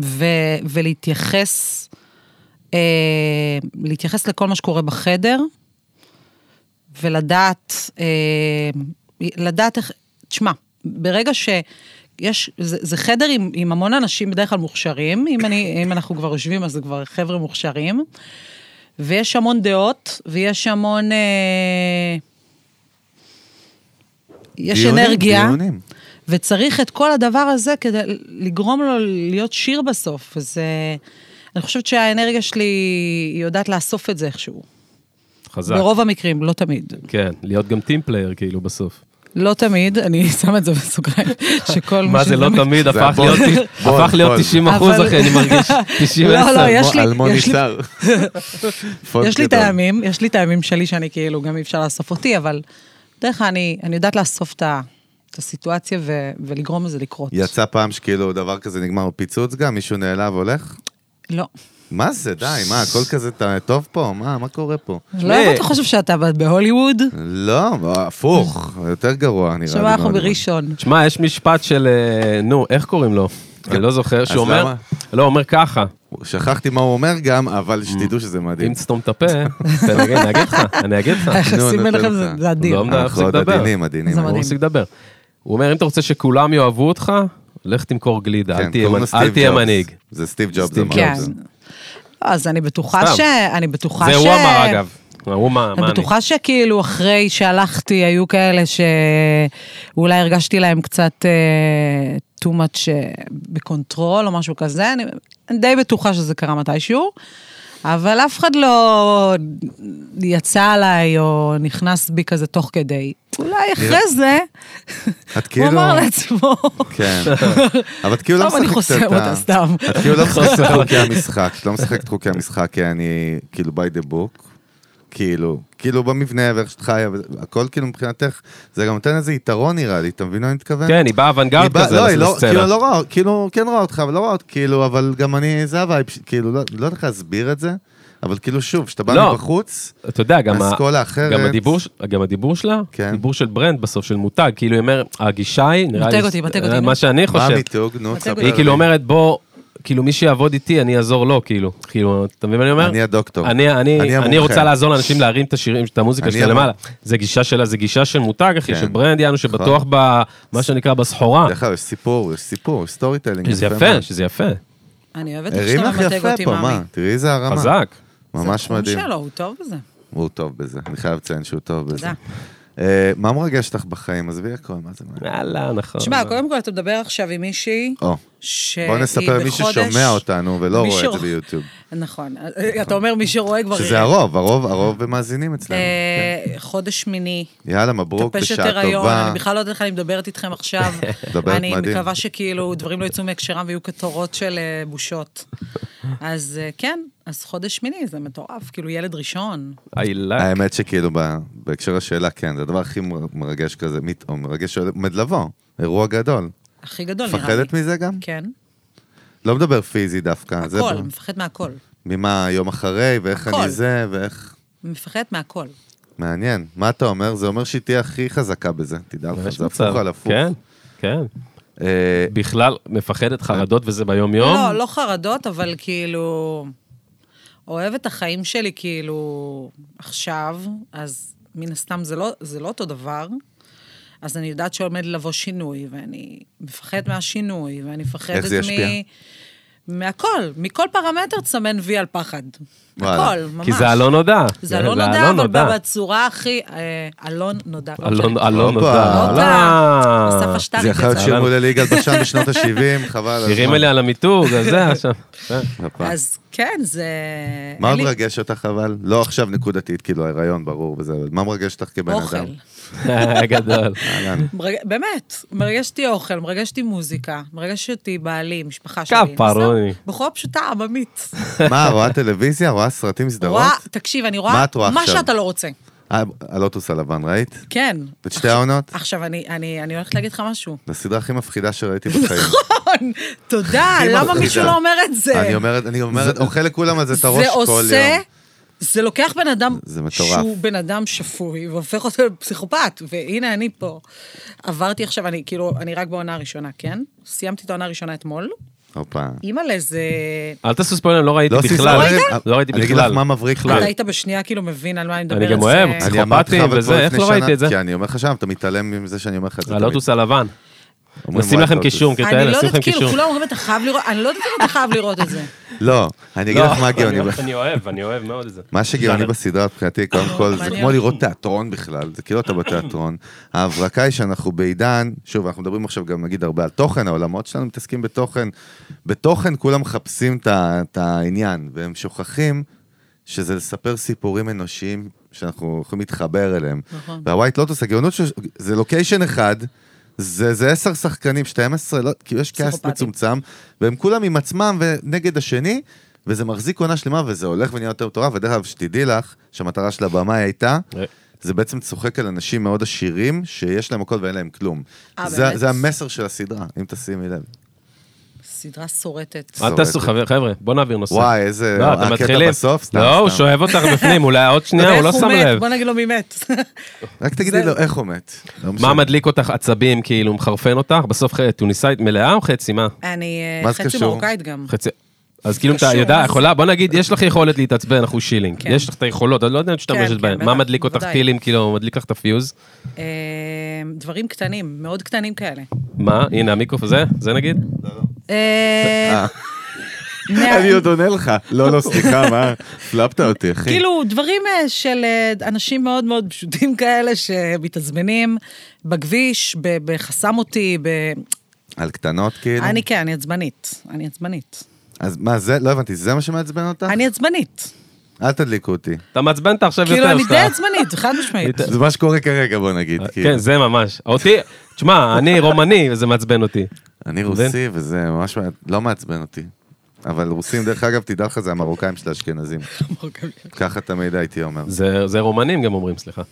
[SPEAKER 3] ו- ולהתייחס, אה, להתייחס לכל מה שקורה בחדר, ולדעת, אה, לדעת איך, תשמע, ברגע שיש, זה, זה חדר עם, עם המון אנשים בדרך כלל מוכשרים, אם, אני, אם אנחנו כבר יושבים אז זה כבר חבר'ה מוכשרים, ויש המון דעות, ויש המון... אה, יש
[SPEAKER 1] דיונים,
[SPEAKER 3] אנרגיה.
[SPEAKER 1] דיונים.
[SPEAKER 3] וצריך את כל הדבר הזה כדי לגרום לו להיות שיר בסוף. אז אה, אני חושבת שהאנרגיה שלי, היא יודעת לאסוף את זה איכשהו.
[SPEAKER 2] חזק.
[SPEAKER 3] ברוב המקרים, לא תמיד.
[SPEAKER 2] כן, להיות גם טים פלייר כאילו בסוף.
[SPEAKER 3] לא תמיד, אני [LAUGHS] שמה את זה בסוגריים, שכל מי
[SPEAKER 2] מה זה לא
[SPEAKER 3] שלא מכיר-
[SPEAKER 2] תמיד,
[SPEAKER 1] זה
[SPEAKER 2] הפך
[SPEAKER 1] הבול,
[SPEAKER 2] להיות-
[SPEAKER 1] בול,
[SPEAKER 2] הפך להיות
[SPEAKER 1] בול.
[SPEAKER 2] 90 אחוז
[SPEAKER 3] אבל-
[SPEAKER 2] אחי, אני מרגיש 90
[SPEAKER 3] [LAUGHS] לא, לא, יש לי-
[SPEAKER 1] אלמוני
[SPEAKER 3] יש לי- [LAUGHS]
[SPEAKER 1] שר. פונט
[SPEAKER 3] יש לי את
[SPEAKER 1] גדול.
[SPEAKER 3] הימים, יש לי את הימים שלי שאני כאילו, גם אי אפשר לאסוף אותי, אבל בדרך כלל אני אני יודעת לאסוף את ה- את הסיטואציה ו- ולגרום לזה לקרות.
[SPEAKER 1] יצא פעם שכאילו דבר כזה נגמר בפיצוץ גם, מישהו נעלב הולך?
[SPEAKER 3] לא.
[SPEAKER 1] מה זה, די, מה, הכל כזה ת- טוב פה? מה, מה קורה פה?
[SPEAKER 3] לא אתה חושב שאתה בהוליווד?
[SPEAKER 1] לא, הפוך, יותר גרוע נראה לי.
[SPEAKER 3] עכשיו אנחנו
[SPEAKER 1] מאוד.
[SPEAKER 3] בראשון.
[SPEAKER 2] תשמע, יש משפט של, אה, נו, איך קוראים לו? אני לא זוכר, שהוא אומר,
[SPEAKER 1] למה?
[SPEAKER 2] לא, הוא אומר ככה,
[SPEAKER 1] שכחתי מה הוא אומר גם, אבל שתדעו שזה מדהים.
[SPEAKER 2] Mm. אם תסתום את הפה, תן, רגע, אני אגיד לך, אני אגיד לך,
[SPEAKER 1] נו,
[SPEAKER 3] היחסים
[SPEAKER 1] נו,
[SPEAKER 3] ביניכם
[SPEAKER 1] תן
[SPEAKER 3] זה-
[SPEAKER 1] לך.
[SPEAKER 3] זה אדיר.
[SPEAKER 2] לא,
[SPEAKER 1] אנחנו עוד
[SPEAKER 2] תפסיק לדבר.
[SPEAKER 1] עדינים, עדינים.
[SPEAKER 3] זה
[SPEAKER 2] הוא
[SPEAKER 3] מדהים.
[SPEAKER 2] מפסיק לדבר. הוא אומר, אם אתה רוצה שכולם יאהבו אותך, לך תמכור גלידה, אל
[SPEAKER 1] כן,
[SPEAKER 2] תהיה
[SPEAKER 1] קוראים לו
[SPEAKER 2] מנ- אל
[SPEAKER 1] סטיב
[SPEAKER 2] תהיה
[SPEAKER 1] ג'ובס.
[SPEAKER 2] מנהיג.
[SPEAKER 1] זה סטיב ג'ובס.
[SPEAKER 2] סטיב
[SPEAKER 1] אמר
[SPEAKER 3] כן.
[SPEAKER 1] את זה.
[SPEAKER 3] אז אני בטוחה
[SPEAKER 2] סתם.
[SPEAKER 3] ש... אני בטוחה ש...
[SPEAKER 2] זה הוא אמר אגב. הוא מה, מה
[SPEAKER 3] אני
[SPEAKER 2] אני?
[SPEAKER 3] בטוחה שכאילו אחרי שהלכתי היו כאלה שאולי הרגשתי להם קצת אה, too much אה, בקונטרול או משהו כזה, אני, אני די בטוחה שזה קרה מתישהו, אבל אף אחד לא יצא עליי או נכנס בי כזה תוך כדי. אולי אחרי זה,
[SPEAKER 1] את
[SPEAKER 3] הוא
[SPEAKER 1] כאילו...
[SPEAKER 3] אמר לעצמו,
[SPEAKER 1] כן. אבל את כאילו לא
[SPEAKER 3] טוב, אני
[SPEAKER 1] משחקת
[SPEAKER 3] חוסם
[SPEAKER 1] את ה-
[SPEAKER 3] אותה סתם.
[SPEAKER 1] את כאילו לא משחקת את
[SPEAKER 2] [LAUGHS]
[SPEAKER 1] חוקי המשחק. את לא משחקת את חוקי המשחק כי אני כאילו by the book. כאילו, כאילו במבנה ואיך שאת חיה, וזה- הכל כאילו מבחינתך, זה גם נותן איזה יתרון נראה לי, אתה מבין מה אני מתכוון?
[SPEAKER 2] כן, היא באה
[SPEAKER 1] היא
[SPEAKER 2] אוונגרד
[SPEAKER 1] באה-
[SPEAKER 2] כזה,
[SPEAKER 1] לא, היא לא,
[SPEAKER 2] לסצנה.
[SPEAKER 1] כאילו לא רואה, כאילו כן רואה אותך, אבל לא רואה אותך, כאילו, אבל גם אני, זה הווייב, ש- כאילו, לא לא יודע איך להסביר את זה, אבל כאילו שוב, כשאתה בא
[SPEAKER 2] לא.
[SPEAKER 1] מבחוץ,
[SPEAKER 2] אתה יודע, גם, ה...
[SPEAKER 1] אסכולה אחרת.
[SPEAKER 2] גם, הדיבור, ש- גם הדיבור שלה,
[SPEAKER 1] כן.
[SPEAKER 2] דיבור של ברנד בסוף, של מותג, כאילו היא אומרת, הגישה היא, נראה
[SPEAKER 3] מתג
[SPEAKER 2] לי, אה,
[SPEAKER 3] אותי, כן. מתג אותי,
[SPEAKER 2] מה
[SPEAKER 3] נו.
[SPEAKER 2] שאני
[SPEAKER 1] מה
[SPEAKER 2] חושב,
[SPEAKER 1] המיתוג? נו,
[SPEAKER 3] מתי
[SPEAKER 1] תספר
[SPEAKER 2] היא
[SPEAKER 1] לי.
[SPEAKER 2] כאילו אומרת, בוא, כאילו מי שיעבוד איתי, אני אעזור לו, כאילו, כאילו, אתה מבין מה אני אומר?
[SPEAKER 1] אני הדוקטור.
[SPEAKER 2] אני, אני, אני,
[SPEAKER 1] המומחה.
[SPEAKER 2] רוצה לעזור לאנשים להרים את השירים, את המוזיקה
[SPEAKER 1] אני
[SPEAKER 2] שלה
[SPEAKER 1] המ-
[SPEAKER 2] למעלה. זה גישה שלה, זה גישה של מותג, אחי,
[SPEAKER 1] כן.
[SPEAKER 2] של ברנד, יענו, שבטוח ב... מה שנקרא בסחורה.
[SPEAKER 1] דרך אגב, יש סיפור, יש סיפור, סטורי טיילינג.
[SPEAKER 2] שזה
[SPEAKER 1] מאוד.
[SPEAKER 2] יפה, שזה יפה.
[SPEAKER 3] אני אוהבת איך
[SPEAKER 1] הרים
[SPEAKER 3] שאתה
[SPEAKER 1] לך
[SPEAKER 3] ממתג
[SPEAKER 1] יפה
[SPEAKER 3] אותי,
[SPEAKER 1] פה,
[SPEAKER 3] מאמי.
[SPEAKER 1] מה? תראי איזה הרמה.
[SPEAKER 2] חזק.
[SPEAKER 1] ממש מדהים.
[SPEAKER 3] זה תחום שלו, הוא טוב בזה.
[SPEAKER 1] הוא טוב בזה, אני חייב לציין שהוא טוב בזה.
[SPEAKER 3] תודה.
[SPEAKER 1] אה, מה מרגש אותך בחיים? עזבי הכל, מה זה מעניין?
[SPEAKER 2] יאללה, נכון.
[SPEAKER 3] תשמע, קודם כל אתה מדבר עכשיו עם מישהי
[SPEAKER 1] או,
[SPEAKER 3] שהיא
[SPEAKER 1] בוא נספר למי
[SPEAKER 3] אה, בחודש-
[SPEAKER 1] ששומע אותנו ולא
[SPEAKER 3] מי
[SPEAKER 1] רואה את
[SPEAKER 3] שרוא-
[SPEAKER 1] זה ביוטיוב.
[SPEAKER 3] נכון. אתה אומר מי שרואה [LAUGHS] כבר...
[SPEAKER 1] שזה
[SPEAKER 3] יראה.
[SPEAKER 1] הרוב, הרוב, הרוב במאזינים אצלנו.
[SPEAKER 3] אה, חודש מיני.
[SPEAKER 1] כן. יאללה, מברוק,
[SPEAKER 3] טפשת
[SPEAKER 1] בשעה
[SPEAKER 3] הריון,
[SPEAKER 1] טובה.
[SPEAKER 3] אני בכלל לא יודעת איך אני מדברת איתכם עכשיו.
[SPEAKER 1] [LAUGHS] מדברת
[SPEAKER 3] אני
[SPEAKER 1] מדהים.
[SPEAKER 3] מקווה שכאילו דברים לא יצאו מהקשרם ויהיו כתורות של אה, בושות. אז אה, כן, אז חודש מיני זה מטורף, כאילו ילד ראשון.
[SPEAKER 2] איילה.
[SPEAKER 1] האמת שכאילו, ב- בהקשר לשאלה, כן, זה הדבר הכי מר- מרגש כזה, מת- או מרגש שעומד לבוא, אירוע גדול.
[SPEAKER 3] הכי גדול לא, נראה לי.
[SPEAKER 1] מפחדת מזה גם?
[SPEAKER 3] כן.
[SPEAKER 1] לא מדבר פיזי דווקא, זה
[SPEAKER 3] הכל,
[SPEAKER 1] ב-
[SPEAKER 3] מפחד מהכל.
[SPEAKER 1] ממה יום אחרי, ואיך
[SPEAKER 3] הכל.
[SPEAKER 1] אני זה, ואיך...
[SPEAKER 3] מפחדת מהכל.
[SPEAKER 1] מעניין. מה אתה אומר? זה אומר שהיא תהיה הכי חזקה בזה, תדע לך,
[SPEAKER 2] יש
[SPEAKER 1] זה
[SPEAKER 2] מצב.
[SPEAKER 1] הפוך על הפוך.
[SPEAKER 2] כן, כן.
[SPEAKER 1] אה,
[SPEAKER 2] בכלל, מפחדת חרדות וזה ביום-יום?
[SPEAKER 3] לא, לא חרדות, אבל כאילו... אוהב את החיים שלי כאילו עכשיו, אז מן הסתם זה לא, זה לא אותו דבר. אז אני יודעת שעומד לבוא שינוי, ואני מפחדת מהשינוי, ואני מפחדת
[SPEAKER 1] איך זה ישפיע?
[SPEAKER 3] מ... מהכל, מכל פרמטר תסמן וי על פחד.
[SPEAKER 1] וואלה.
[SPEAKER 3] הכל, ממש.
[SPEAKER 2] כי זה הלא נודע.
[SPEAKER 3] זה הלא נודע, אבל בצורה הכי... אה, הלא נודע. לא משנה.
[SPEAKER 2] הלא הלא
[SPEAKER 1] הופה.
[SPEAKER 2] נודע.
[SPEAKER 1] הלא.
[SPEAKER 2] הלאה.
[SPEAKER 3] אסף אשטרי
[SPEAKER 1] זה יכול להיות
[SPEAKER 3] יצא.
[SPEAKER 1] שיר מול אליגל בשן בשנות ה-70, [LAUGHS] חבל. על
[SPEAKER 2] שירים
[SPEAKER 1] הזמן.
[SPEAKER 2] אלה על המיתוג, אז זה עכשיו.
[SPEAKER 1] הפעם.
[SPEAKER 3] אז כן, זה...
[SPEAKER 1] מה
[SPEAKER 3] אין לי-
[SPEAKER 1] מרגש אותך אבל? לא עכשיו נקודתית, כאילו ההיריון ברור וזה, אבל מה מרגש אותך כבן
[SPEAKER 3] אוכל.
[SPEAKER 1] אדם?
[SPEAKER 2] [LAUGHS] גדול.
[SPEAKER 1] אהלן.
[SPEAKER 3] מרג... באמת, מרגש אותי אוכל, מרגש אותי מוזיקה, מרגש אותי בעלי, משפחה שלי.
[SPEAKER 2] כפרוני.
[SPEAKER 3] וזהו, בחורה פשוטה, עממית.
[SPEAKER 1] מה, רואה טלוויזיה? רואה סרטים סדרות?
[SPEAKER 3] רואה, תקשיב, אני רואה
[SPEAKER 1] מה את רואה
[SPEAKER 3] מה
[SPEAKER 1] עכשיו?
[SPEAKER 3] שאתה לא רוצה.
[SPEAKER 1] אה, הלוטוס הלבן, ראית?
[SPEAKER 3] כן.
[SPEAKER 1] את שתי העונות?
[SPEAKER 3] עכשיו, אני, אני, אני הולכת להגיד לך משהו. [LAUGHS]
[SPEAKER 1] זו הסדרה הכי מפחידה שראיתי בחיים.
[SPEAKER 3] נכון. תודה,
[SPEAKER 1] הכי
[SPEAKER 3] למה
[SPEAKER 1] מפחידה.
[SPEAKER 3] מישהו לא אומר את זה?
[SPEAKER 1] אני אומרת, אני אומרת, אוכל לכולם על זה את הראש
[SPEAKER 3] זה
[SPEAKER 1] כל
[SPEAKER 3] עושה,
[SPEAKER 1] יום.
[SPEAKER 3] זה לוקח בן אדם
[SPEAKER 1] זה מטורף.
[SPEAKER 3] שהוא בן אדם שפוי, והופך אותו לפסיכופת, והנה אני פה. עברתי עכשיו, אני כאילו, אני רק בעונה הראשונה, כן? סיימתי את העונה הראשונה אתמול.
[SPEAKER 1] הופה.
[SPEAKER 3] אימא'לה, זה...
[SPEAKER 2] אל תעשו ספוילרים, לא ראיתי
[SPEAKER 1] לא עשית
[SPEAKER 2] בכלל.
[SPEAKER 1] ספוילרים?
[SPEAKER 2] לא ראיתי בכלל.
[SPEAKER 1] אני אגיד לך מה מבריק
[SPEAKER 2] בכלל.
[SPEAKER 3] אתה היית בשנייה כאילו מבין על מה אני מדברת.
[SPEAKER 2] אני גם
[SPEAKER 3] זה-
[SPEAKER 2] אוהב,
[SPEAKER 1] אני אמרתי לך
[SPEAKER 2] פסיכופטים
[SPEAKER 1] אבל
[SPEAKER 2] וזה,
[SPEAKER 1] פה
[SPEAKER 2] איך
[SPEAKER 1] לפני
[SPEAKER 2] לא ראיתי
[SPEAKER 1] שנה-
[SPEAKER 2] את זה?
[SPEAKER 1] כי אני אומר לך שם, אתה מתעלם מזה שאני אומר לך את זה. תמיד.
[SPEAKER 2] הלוטוס הלבן.
[SPEAKER 1] אומרים,
[SPEAKER 2] נשים
[SPEAKER 1] וואי,
[SPEAKER 2] לכם
[SPEAKER 1] הלוטוס.
[SPEAKER 2] קישור, כן. קטע
[SPEAKER 3] אני
[SPEAKER 2] אלה,
[SPEAKER 3] לא
[SPEAKER 2] נשים לכם
[SPEAKER 3] יודעת, כאילו,
[SPEAKER 2] קישור.
[SPEAKER 3] כולם אומרים, אתה חייב לראות, אני לא יודעת אם אתה חייב לראות את זה.
[SPEAKER 1] לא, אני אגיד לך מה גאוני.
[SPEAKER 2] [LAUGHS] אני- אני אוהב, אני אוהב מאוד את זה.
[SPEAKER 1] מה
[SPEAKER 2] לא,
[SPEAKER 1] שגאוני בסדרה מבחינתי, קודם כל, זה
[SPEAKER 3] מעניין.
[SPEAKER 1] כמו לראות תיאטרון בכלל, זה כאילו אתה בתיאטרון. ההברקה היא שאנחנו בעידן, שוב, אנחנו מדברים עכשיו גם נגיד הרבה על תוכן, העולמות שלנו מתעסקים בתוכן. בתוכן כולם מחפשים את ה- את העניין, והם שוכחים שזה לספר סיפורים אנושיים שאנחנו יכולים להתחבר אליהם.
[SPEAKER 3] נכון.
[SPEAKER 1] והווייט לוטוס, הגאונות, ש- זה לוקיישן אחד. זה, זה עשר שחקנים, 12, לא, כאילו יש קאסט
[SPEAKER 3] פסיכופטים.
[SPEAKER 1] מצומצם, והם כולם עם עצמם ונגד השני, וזה מחזיק עונה שלמה, וזה הולך ונהיה יותר מטורף, ודרך אגב, שתדעי לך, שהמטרה של הבמה הייתה,
[SPEAKER 2] אה.
[SPEAKER 1] זה בעצם צוחק על אנשים מאוד עשירים, שיש להם הכל ואין להם כלום.
[SPEAKER 3] אה,
[SPEAKER 1] זה,
[SPEAKER 3] באמת?
[SPEAKER 1] זה המסר של הסדרה, אם תשימי לב.
[SPEAKER 3] סדרה שורטת.
[SPEAKER 2] אל תעשו, חבר- חבר'ה, בוא נעביר נושא.
[SPEAKER 1] וואי, איזה...
[SPEAKER 2] לא, אתם
[SPEAKER 1] הקטע
[SPEAKER 2] מתחילים.
[SPEAKER 1] בסוף, סתם,
[SPEAKER 2] לא, הוא
[SPEAKER 1] סתם.
[SPEAKER 2] שואב אותך בפנים, אולי [LAUGHS] עוד שנייה, הוא לא
[SPEAKER 3] ואיך
[SPEAKER 2] שם
[SPEAKER 3] מת?
[SPEAKER 2] לב.
[SPEAKER 3] בוא נגיד לו מי מת. [LAUGHS]
[SPEAKER 1] רק תגידי
[SPEAKER 3] זהו.
[SPEAKER 1] לו, איך הוא מת? לא משנה.
[SPEAKER 2] מה מדליק אותך עצבים, כאילו, מחרפן אותך? בסוף ח- טוניסאית מלאה או חצי? מה?
[SPEAKER 3] אני אה,
[SPEAKER 1] מה זה
[SPEAKER 3] חצי
[SPEAKER 1] קשור?
[SPEAKER 3] מרוקאית גם.
[SPEAKER 2] חצי... אז כאילו אתה
[SPEAKER 3] קשור,
[SPEAKER 2] יודע,
[SPEAKER 3] מה זה?
[SPEAKER 2] יכולה, בוא נגיד, יש לך יכולת להתעצבן, אנחנו שילינג.
[SPEAKER 3] כן.
[SPEAKER 2] יש לך את היכולות, אני לא יודע שאתה
[SPEAKER 3] כן,
[SPEAKER 2] משתמשת
[SPEAKER 3] כן,
[SPEAKER 2] בהן. מה
[SPEAKER 3] בטח,
[SPEAKER 2] מדליק אותך
[SPEAKER 3] בוודאי.
[SPEAKER 2] טילים, כאילו, מדליק לך את הפיוז?
[SPEAKER 3] אה, דברים קטנים, מאוד קטנים כאלה.
[SPEAKER 2] מה? הנה המיקרופון, זה? זה נגיד?
[SPEAKER 3] אה,
[SPEAKER 1] אה.
[SPEAKER 3] מה-
[SPEAKER 1] אני עוד עונה לך. לא, לא, סליחה,
[SPEAKER 3] [LAUGHS]
[SPEAKER 1] מה? פלפת אותי, אחי.
[SPEAKER 3] כאילו, דברים אה, של אה, אנשים מאוד מאוד פשוטים [LAUGHS] כאלה שמתעצבנים בכביש, ב- בחסם אותי, ב...
[SPEAKER 1] על קטנות, כאילו?
[SPEAKER 3] אני כן, אני עצבנית. אני עצבנית.
[SPEAKER 1] אז מה זה? לא הבנתי, זה מה שמעצבן אותך?
[SPEAKER 3] אני עצבנית.
[SPEAKER 1] אל תדליקו אותי.
[SPEAKER 2] אתה מעצבן אותה עכשיו יותר.
[SPEAKER 3] כאילו, אני די
[SPEAKER 2] שאתה-
[SPEAKER 3] עצבנית, חד משמעית. [LAUGHS]
[SPEAKER 1] זה מה שקורה כרגע, בוא נגיד. כאילו.
[SPEAKER 2] כן, זה ממש. אותי, תשמע, אני רומני, וזה מעצבן אותי.
[SPEAKER 1] אני רוסי, וזה ממש מע- לא מעצבן אותי. אבל רוסים, דרך אגב, תדע לך, זה המרוקאים של האשכנזים. ככה תמיד הייתי אומר.
[SPEAKER 2] זה זה רומנים גם אומרים, סליחה.